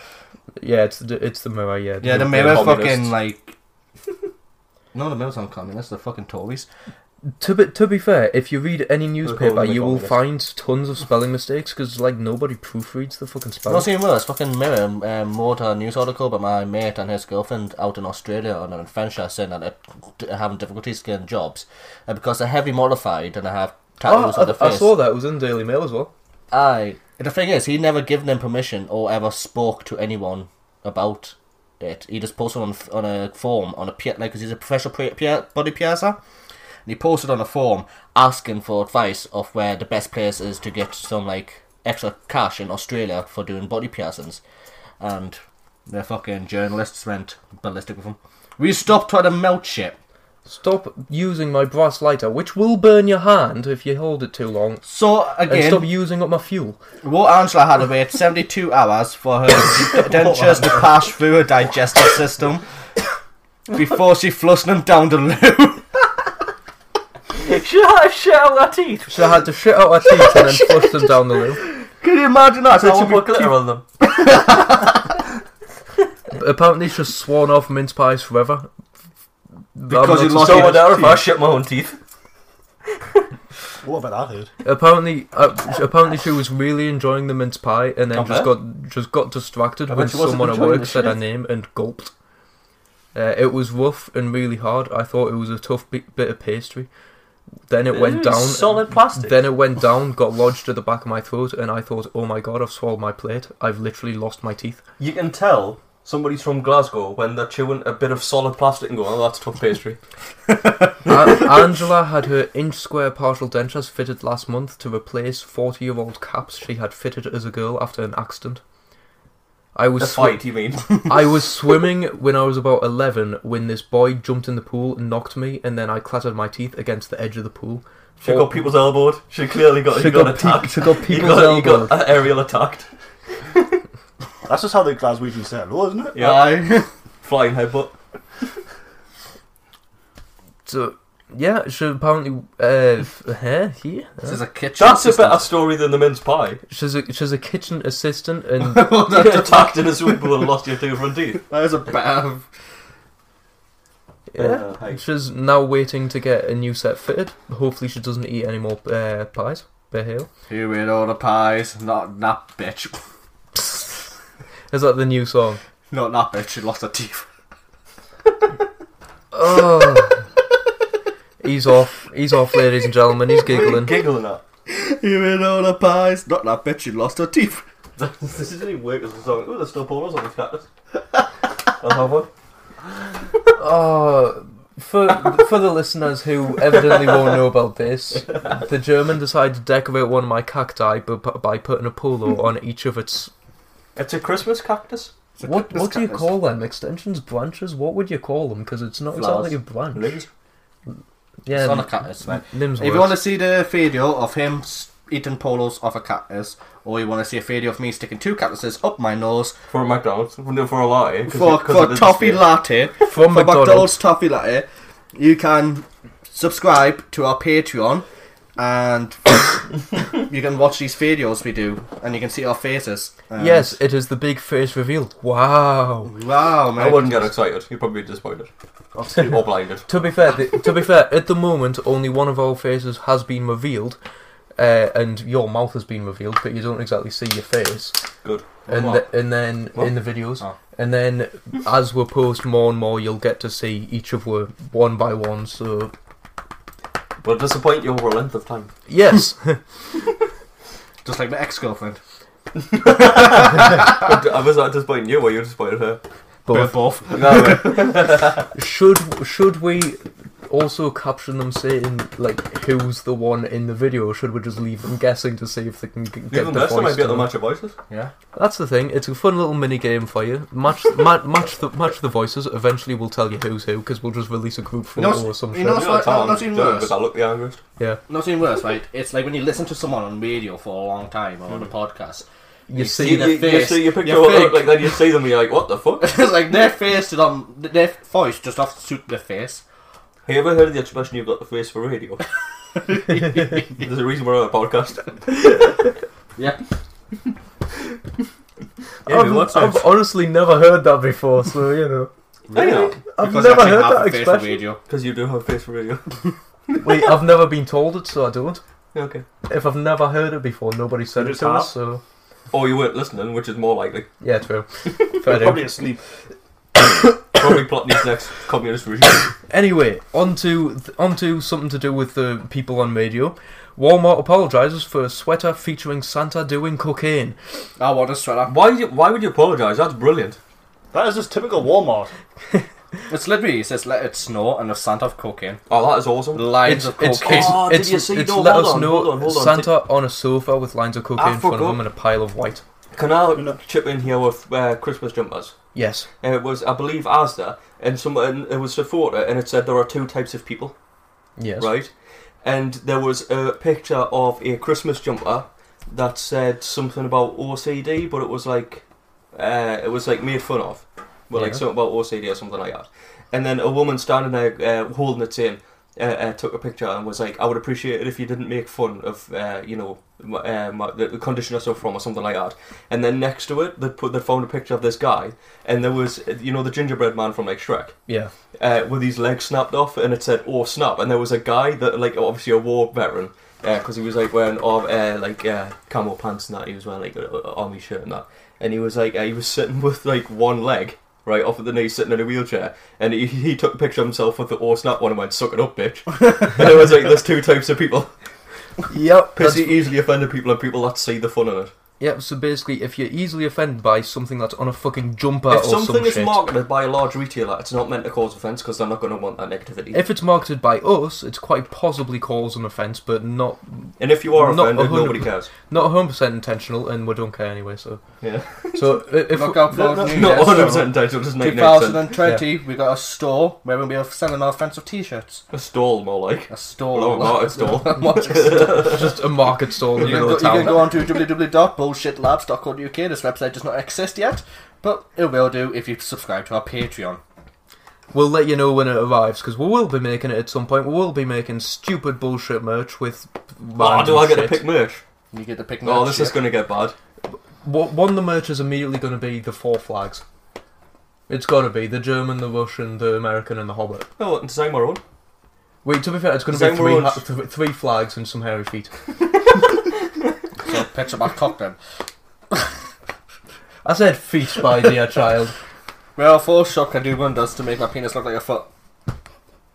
Yeah, it's the it's the mirror. Yeah,
Yeah, the
European
mirror
communists.
fucking like. no, the mirror's not communist. They're fucking Tories.
To be, to be fair, if you read any
call
newspaper,
them
you will
communists.
find tons of spelling mistakes because like nobody proofreads the fucking spelling.
Not seeing well, it's fucking mirror. Um, wrote a news article about my mate and his girlfriend out in Australia and in Frenchshire saying that they're having difficulties getting jobs uh, because they're heavy modified and they have
Oh,
tattoos
I,
on their
I
face.
saw that. It was in Daily Mail as well.
Aye. The thing is, he never given them permission or ever spoke to anyone about it. He just posted on on a form on a pia- like 'cause he's a professional pri- pia- body piercer, and he posted on a form asking for advice of where the best place is to get some like extra cash in Australia for doing body piercings, and the fucking journalists went ballistic with him. We stopped trying to melt shit.
Stop using my brass lighter, which will burn your hand if you hold it too long.
So again,
and stop using up my fuel.
What Angela had to wait 72 hours for her dentures to pass through her digestive system before she flushed them down the loo.
she had to shit out her teeth. She had to shit out her teeth and then flush them down the loo.
Can you imagine that?
So she put glitter on them.
Apparently, she's sworn off mince pies forever.
Because you lost
your
your So what out if I shit my own teeth?
What have I heard?
Apparently, uh, sh- apparently she was really enjoying the mince pie, and then
Okay.
just got just got distracted
I bet
when
she wasn't
someone at
enjoying
work
the
said her
shit.
name and gulped. Uh, it was rough and really hard. I thought it was a tough bi- bit of pastry. Then it
Ooh,
went down.
Mm, solid plastic.
Then it went down, got lodged at the back of my throat, and I thought, "Oh my god, I've swallowed my plate. I've literally lost my teeth."
You can tell somebody's from Glasgow when they're chewing a bit of solid plastic and going, oh, that's tough pastry.
A- Angela had her inch square partial dentures fitted last month to replace 40 year old caps she had fitted as a girl after an accident. I was
The fight, you mean?
I was swimming when I was about 11 when this boy jumped in the pool and knocked me, and then I clattered my teeth against the edge of the pool.
She got people's elbowed. She clearly got,
She
he got,
got pe-
attacked.
she got
He
people's
got- he got
elbowed.
a- aerial attacked.
That's just how the Glaswegians say hello, isn't it?
Yeah. Flying headbutt.
So, yeah, she apparently. Uh, her, here?
This is a kitchen That's a assistant. better story than the mince pie.
She's a, she's a kitchen assistant and.
You got attacked in a swimming pool and lost your two front teeth.
That is a bad.
Yeah. she's now waiting to get a new set fitted. Hopefully, she doesn't eat any more uh, pies. Bear Hill.
Here we all the pies, not that bitch.
Is that the new song?
Not that bitch, she lost her teeth.
Oh. he's off. He's off, ladies and gentlemen. He's giggling.
giggling at?
Here in all the pies, not that bitch, she lost her teeth.
this is any work as a song. Ooh, there's still bowlers on this cactus. I'll have one.
Oh. For, for the listeners who evidently won't know about this, the German decided to decorate one of my cacti by, by putting a polo on each of its.
It's a Christmas cactus.
What what do you call them? Extensions, branches? What would you call them? Because it's not
Flowers.
exactly a branch.
Limbs.
Yeah,
it's on a cactus, man.
Limbs
if you
works.
want to see the video of him s- eating polos off a cactus, or you want to see a video of me sticking two cactuses up my nose
for a McDonald's, no, for a latte, 'cause-
for,
'cause of
for
the
toffee
display.
latte,
From
for
McDonald's.
McDonald's toffee latte, you can subscribe to our Patreon, and you can watch these videos we do, and you can see our faces. Um, and-
Yes, it is the big face reveal. Wow.
Wow, man.
I wouldn't get excited. You'd probably be disappointed. Obviously, or blinded.
to be fair, the, to be fair, at the moment only one of our faces has been revealed, uh, and your mouth has been revealed, but you don't exactly see your face.
Good.
And
What?
th- and then
What?
in the videos,
Oh.
and then as we post more and more, you'll get to see each of we one by one. So
Will disappoint you over a length of time.
yes,
just like my ex-girlfriend.
But I was not disappointing you, or you disappointed her?
Both.
Both.
No, but-
should should we also caption them saying like who's the one in the video? Or should we just leave them guessing to see if they can g- get
them
the
guess, they
voice?
might be able to
down?
match your voices.
Yeah.
That's the thing. It's a fun little mini game for you. Match, ma- match the match the voices. Eventually, we'll tell you who's who because we'll just release a group
You know
photo
what's-
or some
you
shit.
know what's like- no, not even worse.
Yeah.
Not even worse, right? It's like when you listen to someone on radio for a long time or on a podcast.
You see-
You,
their
you, you
face,
see your picture,
you think-
like then you see them, and you're like, what the fuck?
it's like their face did on their voice just off suit their face.
Have you ever heard of the expression "you've got the face for radio"? There's a reason we're on a podcast.
yeah.
Yeah,
I've,
but what's
I've
that?
honestly never heard that before, so you know. I've never heard that expression.
Because you do have a face for radio.
Wait, I've never been told it, so I don't.
Okay.
If I've never heard it before, nobody said
You
it
just
to
have.
us, so
Or you weren't listening, which is more likely.
yeah, true.
You're
Fair
probably
um,
enough.
asleep. probably plotting his next communist regime.
Anyway, onto th- onto something to do with the people on radio. Walmart apologizes for a sweater featuring Santa doing cocaine.
I want a sweater.
Why? You, why would you apologise? That's brilliant.
That is just typical Walmart.
It's literally it says let it snow and a Santa of cocaine.
Oh, that is awesome.
Lines of
It's,
cocaine.
it's,
Oh,
it's, it's let us know Santa on a sofa with lines of cocaine
I
in front of
forgot.
him and a pile of white.
Can I chip in here with uh, Christmas jumpers?
Yes.
And it was, I believe, Asda, and some, and it was Sephora, and it said there are two types of people.
Yes.
Right. And there was a picture of a Christmas jumper that said something about OCD, but it was like, uh, it was like made fun of, but like
Yeah.
something about OCD or something like that. And then a woman standing there uh, holding it in. Uh, uh, took a picture and was like, "I would appreciate it if you didn't make fun of, uh, you know, my, uh, my, the the condition I suffer from or something like that." And then next to it, they put they found a picture of this guy, and there was, uh, you know, the gingerbread man from like Shrek
Yeah.
uh, with his legs snapped off, and it said "Oh snap!" And there was a guy that, like, obviously a war veteran, because he was like wearing all uh, like uh, camo pants and that. He was wearing like an army shirt and that. And he was like uh, he was sitting with like one leg right off of the knee, sitting in a wheelchair. And he, he took a picture of himself with the all snap one and went, "Suck it up, bitch." and it was like there's two types of people.
Yep,
because he
that's-
easily offended people and people that see the fun in it.
Yep, so basically, if you're easily offended by something that's on a fucking jumper
If
or some
something is
shit-
marketed by a large retailer, it's not meant to cause offence because they're not going to want that negativity.
If it's marketed by us, it's quite possibly cause an offence, but not.
And if you are
not
offended,
100
nobody cares.
Not 100% intentional, and we don't care anyway, so.
Yeah.
So, i- if.
Look out for
No,
our
no,
new
not
guest.
100% intentional, just 99%.
2020, we got a store where we'll be selling our offensive t-shirts.
A stall, more like.
A stall.
Well, a market stall.
A market stall.
Oh. Just a market stall in the
You can
middle
go,
of
you
town.
can go on to www.bullshitlabs.co.uk. This website does not exist yet, but it will do if you subscribe to our Patreon.
We'll let you know when it arrives, because we will be making it at some point. We will be making stupid bullshit merch with.
Oh, do
random
I get to
shit.
pick merch?
You get to pick
Oh,
merch,
this is
yeah.
going to get bad.
Wha- One of the merch is immediately going to be the four flags. It's got to be the German, the Russian, the American, and the Hobbit.
Oh, and design my own.
Wait, to be fair, it's going to
Design
be
my
three,
own.
ha- th- three flags and some hairy feet.
So picture my cock then.
I said feet, by dear child.
Well, for shock, I do wonders to make my penis look like a foot.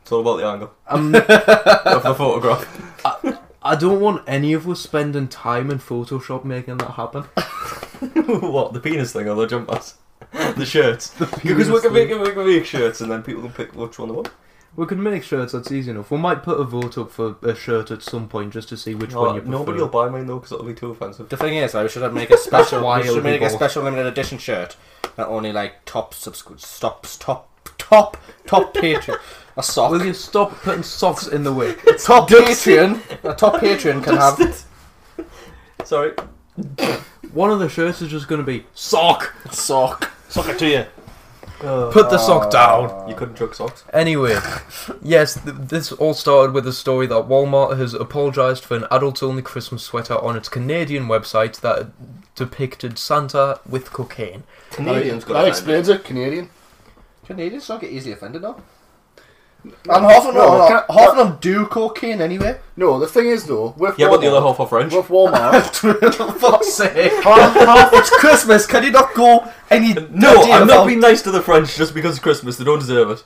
It's all about the angle.
Um,
of the photograph.
I, I don't want any of us spending time in Photoshop making that happen.
what the penis thing or the jumpers, the shirts?
penis
Because we can,
thing.
make, we can make shirts and then people can pick which one they want.
We can make shirts. That's easy enough. We might put a vote up for a shirt at some point just to see which
No,
one you prefer.
nobody will buy mine though because it'll be too offensive.
The thing is, I should make a special.
Why
we should
it'll be
make a
both.
special limited edition shirt that only like top subscri- stops top top top Patreon. A sock. Will
you stop putting socks in the way?
top Patreon. A top Patreon can have.
Sorry.
One of the shirts is just going to be sock.
Sock.
Sock it to you.
Put the sock down.
Ah. You couldn't chuck socks.
Anyway, yes, th- this all started with a story that Walmart has apologised for an adult-only Christmas sweater on its Canadian website that depicted Santa with cocaine.
it. Canadian. Canadians don't get easily offended though. And
No,
half of them,
no,
half
can I-
of them do cocaine anyway.
No, the thing is though, with
Yeah, but the
Walmart-
other half are French.
With Walmart,
fuck's sake! half, half it's Christmas. Can you not go any?
No,
goddamn
I'm
amount-
not being nice to the French just because it's Christmas. They don't deserve it.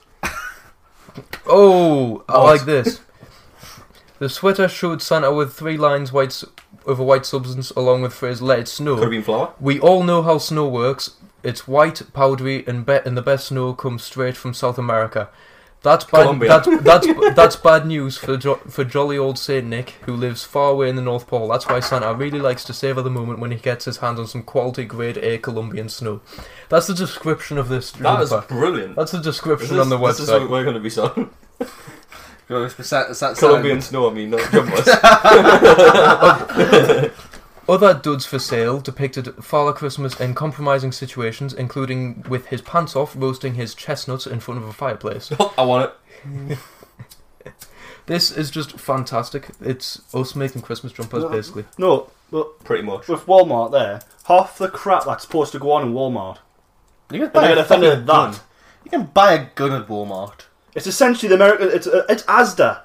Oh, I
What?
like this. The sweater showed Santa with three lines white s- of a white substance, along with phrase "Let it snow."
Could have been flour.
We all know how snow works. It's white, powdery, and be- and the best snow comes straight from South America. That's bad.
Colombia.
That's, that's that's bad news for jo- for jolly old Saint Nick, who lives far away in the North Pole. That's why Santa really likes to savor the moment when he gets his hands on some quality grade A Colombian snow. That's the description of this.
That is
jumper.
brilliant.
That's the description
This
on the
is-
website.
This is what we're going to be selling.
that
Colombian
sound?
snow, I mean, not jumpers.
Other duds for sale depicted Father Christmas in compromising situations, including with his pants off roasting his chestnuts in front of a fireplace.
I want
it. this is just fantastic. It's us making Christmas jumpers,
No,
basically.
No, but
pretty much
with Walmart there, half the crap that's supposed to go on in Walmart.
You can
and they
buy
get
a
offended
fucking
at
gun.
that.
You can buy a gun at Walmart.
It's essentially the American. It's uh, it's Asda.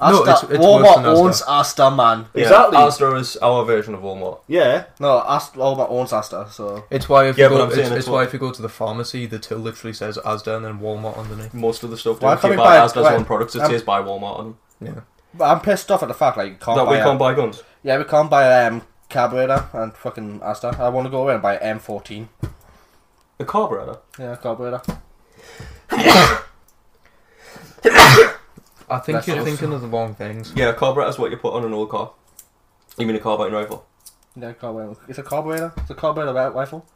Asda, Walmart owns Asda, man.
Yeah, Asda is our version of Walmart.
Yeah.
No, Asda, Walmart owns Asda, so.
It's why if
Yeah,
you
but I'm
go, it's,
saying it's
it's
what-
why if you go to the pharmacy, the till literally says Asda and then Walmart underneath.
Most of the stuff.
Why
If you
can't we
buy
buy-
Asda's
why-
own products, it
um,
says buy Walmart on them.
Yeah.
But I'm pissed off at the fact, like, you can't
That
buy
we can't
a-
buy guns.
Yeah, we can't buy um, carburetor and fucking Asda. I want to go away and buy an M14.
A carburetor?
Yeah, a carburetor.
I think
That's
you're
awesome.
thinking of the wrong things.
Yeah, a carburetor is what you put on an old car. You mean a carbine rifle?
Yeah, a carburetor. It's a carburetor. It's a carburetor ri- rifle.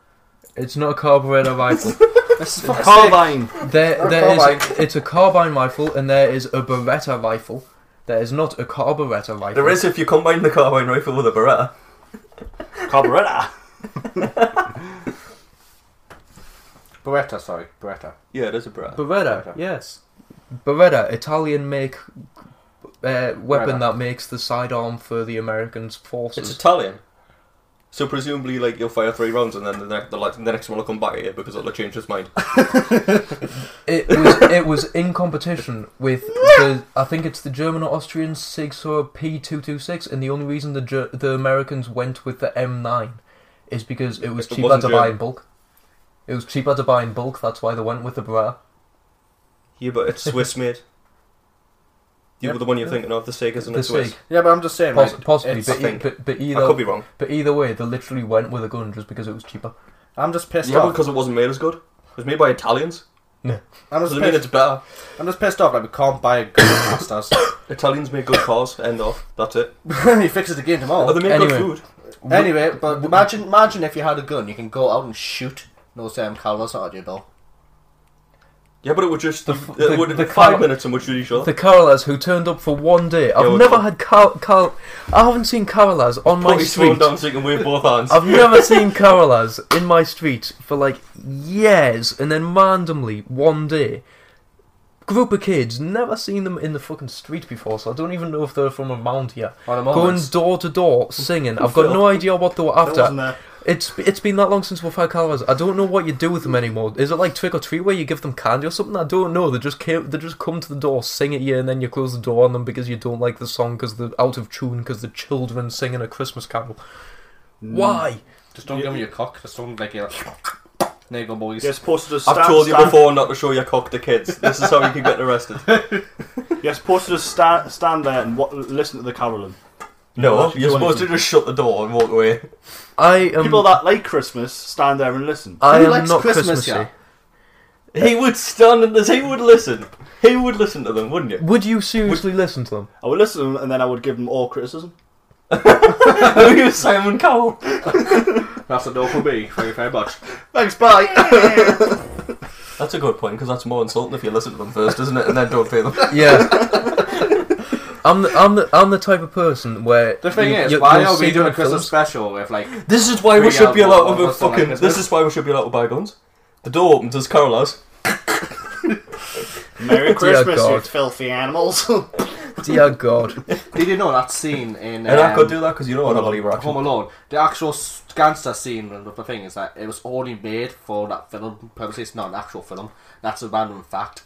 It's not a carburetor rifle.
This is
A
fucking
carbine.
sick.
There,
Not a
there is.
carbine.
It's a carbine rifle, and there is a Beretta rifle. There is not a carburetor rifle.
There is if you combine the carbine rifle with a Beretta.
Carburetor.
Beretta, sorry. Beretta.
Yeah, it is a Beretta.
Beretta, yes. Beretta, Italian make uh, weapon
Beretta.
that makes the sidearm for the Americans forces.
It's Italian. So presumably, like you'll fire three rounds, and then the, ne- the, like, the next one will come back at you because it'll change its mind.
It was it was in competition with the I think it's the German or Austrian Sigsaw P two two six, and the only reason the Ger- the Americans went with the M nine is because it was
It
cheaper
wasn't
to buy in
German.
bulk. It was cheaper to buy in bulk. That's why they went with the Bra.
yeah, but it's Swiss made. You were the one you're thinking of, the Sega's and the Swiss.
Yeah, but I'm just saying,
Poss-
like,
possibly,
it's-
but,
I
e-
think-
but, but
I
either
could be wrong.
But either way, they literally went with a gun just because it was cheaper.
I'm just pissed
yeah,
off.
because it wasn't made as good. It was made by Italians.
No.
I'm just
Doesn't mean
pissed-
it's better.
I'm just pissed off. Like we can't buy a good pastas.
Italians make good cars. End off. That's it.
he fixes the game tomorrow.
Oh, they make good food.
Anyway, but imagine, imagine if you had a gun, you can go out and shoot those um, calibers out your door.
Yeah, but it would just the,
the-
it would,
the
five
car-
minutes and would shoot each other.
The Carolas who turned up for one day. I've
well-
never had Car- Car- I haven't seen Carolas on my
Put his phone
street.
down so you can wave both hands.
I've never seen Carolas in my street for like years, and then randomly one day, group of kids, never seen them in the fucking street before, so I don't even know if they're from around here.
On a
Going
moment.
door to door singing. I've got no idea what they were
That
after.
wasn't there.
It's it's been that long since we've had Carolas. I don't know what you do with them anymore. Is it like trick or treat where you give them candy or something? I don't know. They just came, they just come to the door, sing at you, and then you close the door on them because you don't like the song because they're out of tune because the children singing a Christmas carol.
Mm.
Why?
Just don't give me your cock. Just don't like your. There you go, boys.
You're supposed to just
I've
stand-
told you
stand-
before not to show your cock to kids. This is how you can get arrested.
You're supposed to just stand, stand there and wa- listen to the caroling.
No, you're supposed to just shut the door and walk away.
I am
people that like Christmas stand there and listen.
I Who am likes not Christmas, Christmassy? yeah? He would stand and listen. He would listen. He would listen to them, wouldn't you?
Would you seriously listen to them?
I would listen to them and then I would give them all criticism.
Who you, Simon Cowell?
That's the door for me. Thank you very much.
Thanks, bye.
That's a good point because that's more insulting if you listen to them first, isn't it? And then don't pay them.
Yeah. I'm the, I'm the I'm the type of person where
The thing
you-
is,
you-
why
you'll
are we
see
doing a
them
Christmas
films-
special with like?
This is why
three
we should be
albums
allowed
or
to
something
fucking.
like
This is why we should be allowed to buy guns. The door opens as Carolas.
Merry
Dear
Christmas, you
God.
filthy animals.
Dear God.
Did you know that scene in?
And I
um,
could do that because you know I'm not a reaction.
Home Alone. The actual s- gangster scene of the thing is that it was only made for that film purpose. It's not an actual film. That's a random fact.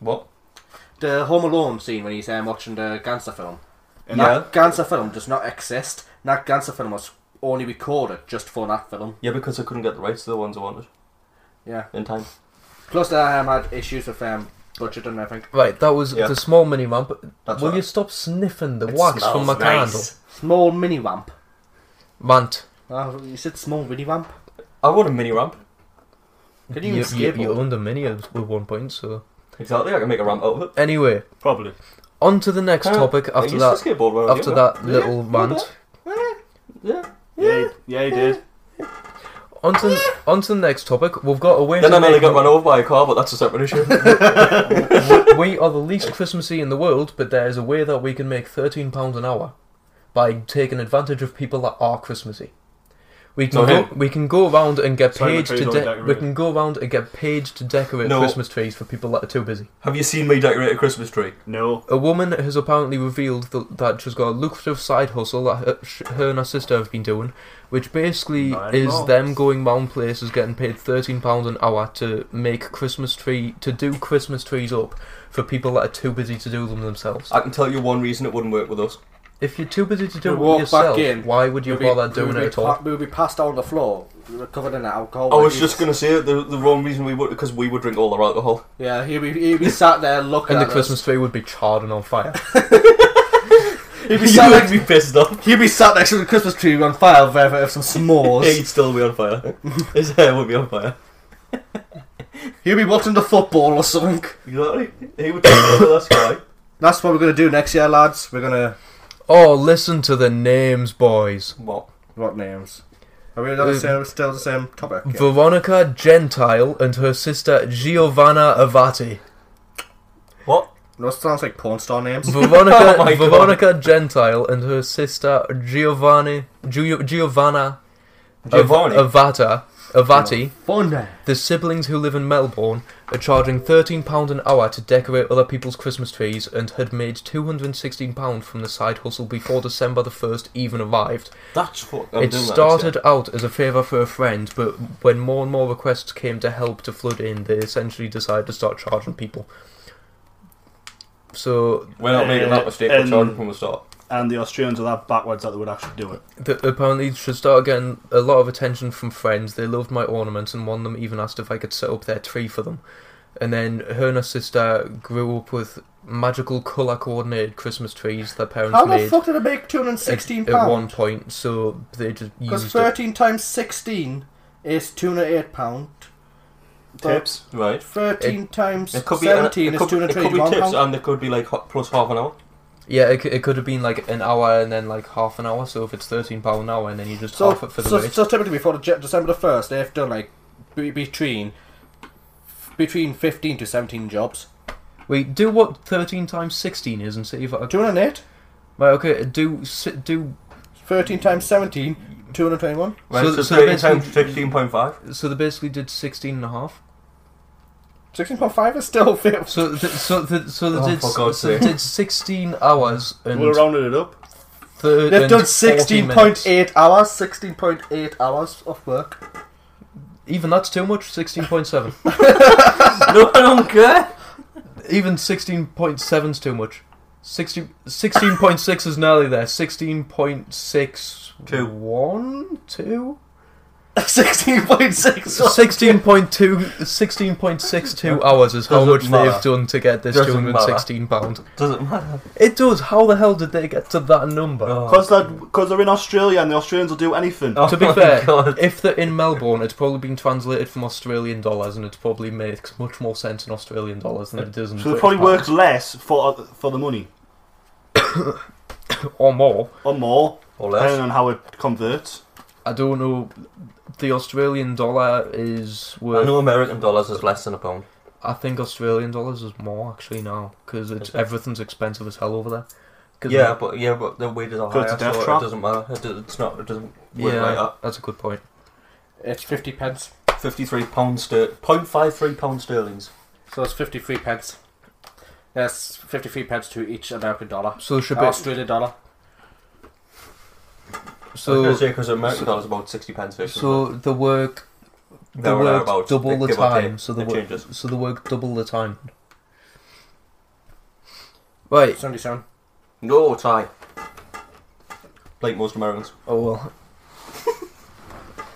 What?
The Home Alone scene when he's um, watching the gangster film.
And
That gangster film does not exist. That gangster film was only recorded just for that film.
Yeah, because I couldn't get the rights to the ones I wanted.
Yeah.
In time.
Plus, they um, had issues with um, budget and everything.
Right, that was the small mini lamp.
That's
Will
right.
you stop sniffing the
It
wax from my
smells nice.
candle?
Small mini ramp.
Mant.
Ah,
Oh, you said small mini ramp.
I want a mini ramp.
Can you,
You, you,
skateboard?
you owned a mini at with one point, so
Exactly, I can make a ramp out of it.
Anyway,
probably.
On to the next
Uh,
topic
I
after
used
that.
to skateboard when I was
after
younger.
that
Yeah,
little
well
rant.
Yeah, yeah, he did.
On to, on to the next topic. We've got a way
Then
to
I nearly
make
got run over by a car, but that's a separate issue.
we are the least Christmassy in the world, but there is a way that we can make thirteen pounds an hour by taking advantage of people that are Christmassy. We can
Not
go,
him.
we can go around and get
Sorry, my
paid
tree's
to
already
de- we
decorated.
can go around and get paid to decorate
No.
Christmas trees for people that are too busy.
Have you seen me decorate a Christmas tree?
No.
A woman has apparently revealed that, that she's got a lucrative side hustle that her, sh- her and her sister have been doing, which basically
Not
is
anymore.
them going round places getting paid thirteen pounds an hour to make Christmas tree to do Christmas trees up for people that are too busy to do them themselves.
I can tell you one reason it wouldn't work with us.
If you're too busy to do
We
it
walk
yourself,
back in.
why would you
We'll be-
bother doing
we'll
it
be
at all?
pa- We'll be passed out on the floor, We're covered in alcohol.
I was
We'll be-
just going to say the, the wrong reason we would, because we would drink all our alcohol.
Yeah, he'd be, he'd be sat there looking
And the
at us.
Christmas tree would be charred and on fire.
He'd be
You
sat
would
next,
be pissed off.
He'd be sat next to the Christmas tree on fire with, uh, with some
Yeah,
s'mores.
he'd still be on fire. His hair would be on fire.
he'd be watching the football or something.
Exactly. He would take over that sky.
That's what we're gonna do next year, lads. We're gonna
Oh, listen to the names, boys.
What?
what names? Are we on the
Uh,
same, still the same topic? Yeah.
Veronica Gentile and her sister Giovanna Avati.
What?
Those sounds like porn star names.
Oh
Veronica, Veronica Gentile and her sister Giovanni, Gio, Giovanna, Av-
Giovanni?
Avata
Avati,
Thunder.
the siblings who live in Melbourne, are charging £13 an hour to decorate other people's Christmas trees and had made £216 from the side hustle before December the 1st even arrived.
That's what I'm
It
doing that
started out as a favour for a friend, but when more and more requests came to help to flood in, they essentially decided to start charging people. So
We're not making that mistake. We're charging from the start.
And the Australians are that backwards that they would actually do it.
that apparently should start getting a lot of attention from friends. They loved my ornaments, and one of them even asked if I could set up their tree for them. And then her and her sister grew up with magical colour coordinated Christmas trees their parents
How the
made.
fuck did it make £216?
At, at one point, so they just
Because
used it.
13 times 16 is £208. but
Tips, right?
13 times
It could be- uh, it
17 is
could be- it could be
£221.
tips, and it could be like hot- plus half an hour.
Yeah, it, c- it could have been like an hour and then like half an hour. So if it's thirteen pound an hour, and then you just
So,
half it for the
so,
rate.
so typically before the Je- December the first, they have done like be- between between fifteen to seventeen jobs.
Wait, do what thirteen times sixteen is and see if I
two hundred eight.
Right, okay, do si- do
thirteen times seventeen, two hundred twenty-one.
Right, so
they
13 times
basically-
16.5.
So they basically did sixteen and a half.
Sixteen point five is still fit.
So th- so th- so they
Oh,
did
for God's
so they
sake.
did sixteen hours and
We'll round
it up.
Third
They've done sixteen point eight hours. Sixteen point eight hours of work.
Even that's too much. Sixteen point seven.
no, I don't care.
Even sixteen point seven's too much. 60, 16.6 is nearly there. 16.6
Two.
one two.
16.6
16.2 16.62 hours is how
Doesn't
much they've
matter.
done to get this
Doesn't
216 pound.
Doesn't matter.
It does. How the hell did they get to that number?
Because they're, 'cause they're in Australia and the Australians will do anything.
to be fair, if they're in Melbourne, it's probably been translated from Australian dollars, and it probably makes much more sense in Australian dollars than it does in.
So they
British
probably work
pounds.
less for for the money.
or more.
Or more.
Or less.
Depending on how it converts.
I don't know. The Australian dollar is worth.
I know American dollars is less than a pound.
I think Australian dollars is more actually now because it's
Is it?
everything's expensive as hell over there. 'Cause
Yeah,
of-
but yeah, but the wages are
Go to
higher,
death
so
trap.
it doesn't matter. It, do- it's not. It doesn't work
yeah,
like
uh,
that.
that's a good point.
It's fifty pence.
Fifty-three pounds sterling. 0.53 pounds sterlings.
So it's fifty-three pence. That's fifty-three pence to each American dollar.
So it should
Uh,
be-
Australian dollar.
I was
So
gonna say, 'cause American dollars about 60 pence each,
So the work,
There
the
or
work
thereabouts,
double
they
the
give or take,
time. So the
it
work,
changes.
so the work double the time. Right.
Seventy-seven.
No, it's high. Like most Americans.
Oh well.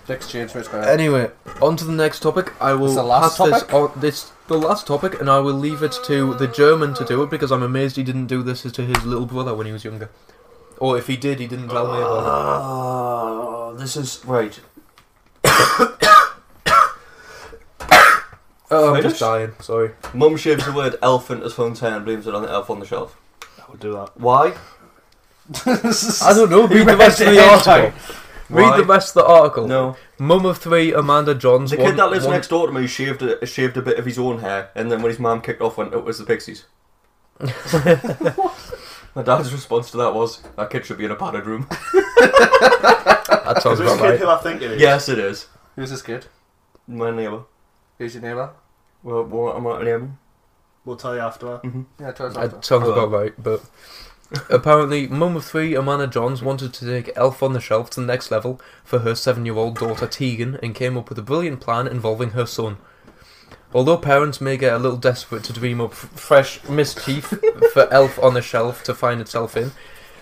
The exchange rate's going up.
Anyway, on to the next topic. I will
It's the last
pass
topic?
this on. This the last topic, and I will leave it to the German to do it because I'm amazed he didn't do this to his little brother when he was younger, or if he did, he didn't tell me about it.
Uh, this is right.
Oh, I'm just
Finished?
dying. Sorry.
Mum shaves the word elephant as fountain and blames it on the elf on the shelf. I would do that. Why?
I don't know.
He
Read the
read
rest of
it
the
ahead
article.
time.
Read
Why?
the rest of the article.
No.
Mum of three, Amanda Johns.
The
one-
kid that lives
one-
next door to me shaved a, shaved a bit of his own hair, and then when his mum kicked off, went, "It was the pixies." My dad's response to that was, "That kid should be in a padded room." that
sounds
Is this about kid right. who I think it is?
Yes, it is.
Who's this kid?
My neighbour.
Who's your neighbour?
Well, well I'm not a neighbour.
We'll tell you after.
Yeah, tell us
That sounds about right, but apparently, mum of three, Amanda Johns, wanted to take Elf on the Shelf to the next level for her seven year old daughter Tegan and came up with a brilliant plan involving her son. Although parents may get a little desperate to dream up f- fresh mischief for Elf on the Shelf to find itself in,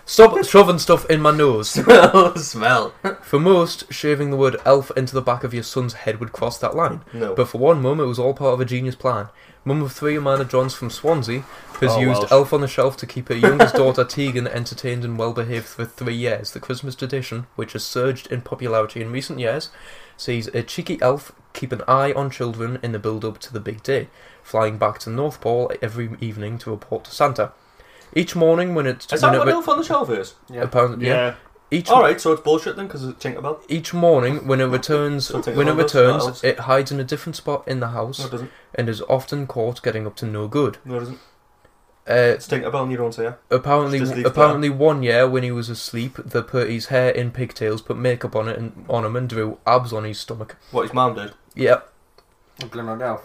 stop shoving stuff in my nose.
Smell, smell.
For most, shaving the word elf into the back of your son's head would cross that line.
No.
But for one mum, it was all part of a genius plan. Mum of three, Amanda Johns from Swansea, has
Oh,
used
Welsh.
Elf on the Shelf to keep her youngest daughter Tegan entertained and well behaved for three years. The Christmas tradition, which has surged in popularity in recent years, sees a cheeky elf keep an eye on children in the build up to the big day, flying back to North Pole every evening to report to Santa. Each morning when it's
Is
when
that
it
what
re-
Elf on the Shelf is? Yeah.
Apparently, yeah.
Yeah.
Each
All right, so it's bullshit then, because it's Tinkerbell.
each morning, when it returns,
Something
when it
along those
returns,
lines.
it hides in a different spot in the house
No, it doesn't.
and is often caught getting up to no good.
No, it isn't.
Uh,
Tinkerbell and you don't say it.
Apparently,
Just leave
apparently one year when he was asleep, they put his hair in pigtails, put makeup on it and on him, and drew abs on his stomach.
What his mum did.
Yeah.
Glenn O'Dell.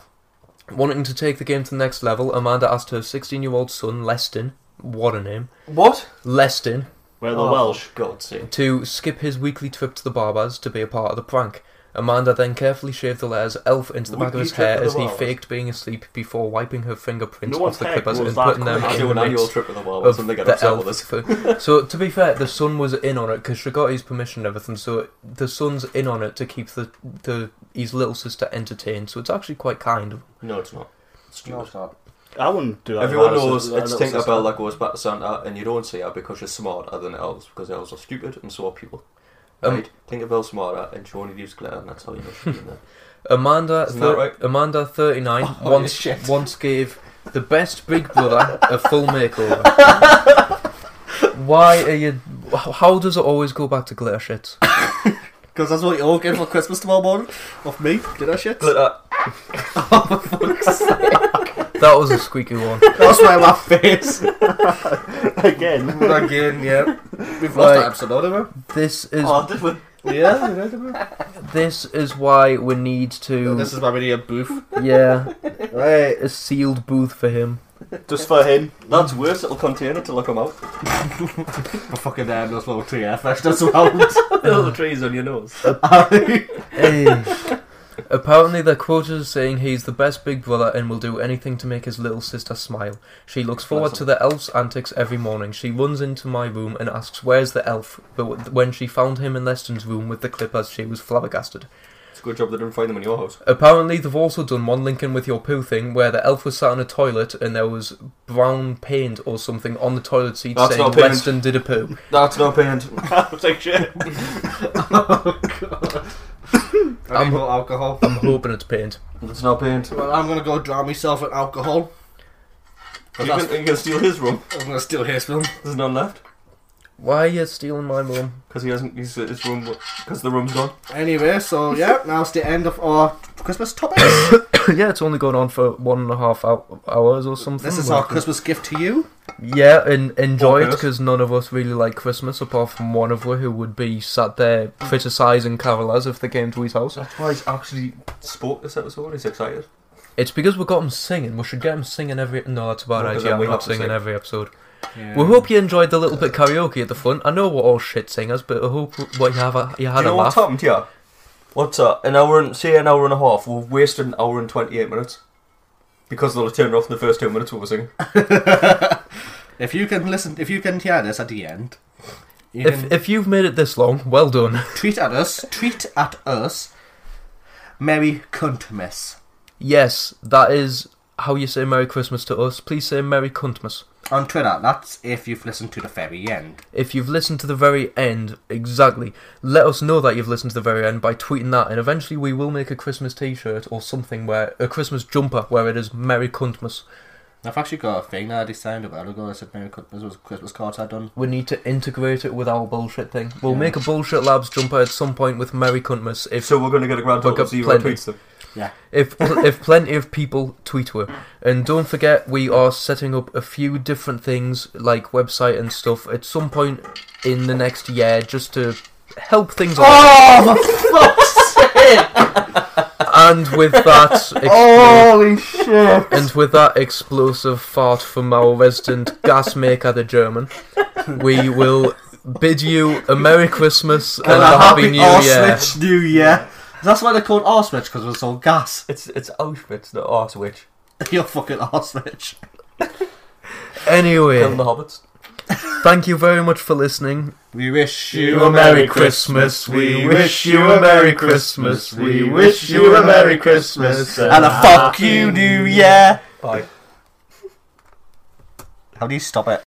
Wanting to take the game to the next level, Amanda asked her 16-year-old son Leston, what a name,
what
Leston,
Where the Oh, Welsh. God's sake.
to skip his weekly trip to the barbers to be a part of the prank. Amanda then carefully shaved the letters "elf" into the back of
Weekly
his
trip
hair
to the
as he
barbers.
faked being asleep before wiping her fingerprints
No
off the
one's hair
clippers
grows
and
that
putting them
quick. I
in
do
the
an annual
mix
trip to the barbers
of
and they get
the
upset
elf.
with us.
fo- so to be fair, the son was in on it because she got his permission and everything. So the son's in on it to keep the the his little sister entertained. So it's actually quite kind of.
No, it's not.
No, it's not.
I wouldn't do that.
Everyone
with my
knows
sister-
it's
little sister.
Tinkerbell that goes back to Santa, and you don't see her because she's smarter than elves, because elves are stupid and so are people.
Um,
right? Tinkerbell's smarter, and she only leaves glitter, and that's how you know she's in there.
Amanda,
Isn't
thir-
that right?
Amanda, thirty-nine,
Oh,
once
shit.
once gave the best Big Brother a full makeover. Why are you? h- How does it always go back to glitter shits?
Because that's what you all get for Christmas tomorrow morning. Off me, did I shit?
Glitter.
oh, for fuck's sake.
That was a squeaky one.
That's my laugh face.
Again.
Again, yeah. We've lost that episode, haven't
This is
Oh.
we? Yeah, we did, haven't
this is why we need to.
This is why we need a booth.
Yeah, a sealed booth for him.
Just for him.
That's worse, it'll contain it to lock him out.
I fucking damn those little tree air fresheners around.
the little trees on your nose.
Eh. Apparently, they're quoted as saying he's the best big brother and will do anything to make his little sister smile. She looks forward to the elf's antics every morning. She runs into my room and asks, Where's the elf? But w- when she found him in Leston's room with the clippers, she was flabbergasted.
It's a good job they didn't find them in your house.
Apparently, they've also done one Lincoln with your poo thing where the elf was sat in a toilet and there was brown paint or something on the toilet seat
That's
saying
not paint.
Leston did a poo.
That's not paint.
Take shit.
Oh, I need more alcohol.
I'm hoping it's paint.
It's not paint.
Well, I'm gonna go drown myself in alcohol.
You can- you can steal his room.
I'm gonna steal his room.
There's none left.
Why are you stealing my room?
Because he hasn't. He's, his room. Because the room's gone.
Anyway, so yeah, now's the end of our Christmas topic.
yeah, it's only going on for one and a half hou- hours or something.
this is our Christmas
Christmas.
gift to you.
Yeah, and enjoy it
Podcast.
because none of us really like Christmas apart from one of us who would be sat there criticising carolers if they came to his house.
That's why he's actually spoke this episode. He's excited.
It's because we got him singing. We should get him singing every. No, that's a bad
No, 'cause
idea.
then
I'm
we
not
have to
singing
sing.
every episode.
Yeah.
We hope you enjoyed the little bit karaoke at the front. I know we're all shit singers, but I hope what you have a, you had
you know
a
what's
laugh.
happened here? What's up? An hour and say an hour and a half. We've wasted an hour and twenty eight minutes because they'll have turned off in the first two minutes. What we're singing.
If you can listen, if you can hear this at the end, you
If, if you've made it this long, well done.
tweet at us. Tweet at us. Merry Cuntmas.
Yes, that is how you say Merry Christmas to us. Please say Merry Cuntmas.
On Twitter, that's if you've listened to the very end.
If you've listened to the very end, exactly, let us know that you've listened to the very end by tweeting that, and eventually we will make a Christmas T-shirt or something where a Christmas jumper where it is Merry Cuntmas.
I've actually got a thing that I designed a while ago. I said Merry Christmas was Christmas cards I'd done.
We need to integrate it with our bullshit thing. We'll
Yeah.
make a bullshit labs jumper at some point with Merry Cuntmas. If
so, we're going to get a grand
we
total
get
of zero
plenty-
tweets then. Yeah.
If if plenty of people tweet her, and don't forget we are setting up a few different things like website and stuff at some point in the next year just to help things.
Oh,
along. And with that, explo-
Holy shit.
And with that explosive fart from our resident gas maker, the German, we will bid you a Merry Christmas and, a Happy, New Year.
Auschwitz New Year. That's why they're called Auschwitz because it's all gas.
It's it's Auschwitz, not Auschwitz.
You're fucking Auschwitz.
Anyway,
Killing the hobbits.
thank you very much for listening.
We wish
you a Merry Christmas. We wish you a Merry Christmas. We wish you a Merry Christmas
and a fuck you New Year.
Bye.
How do you stop it?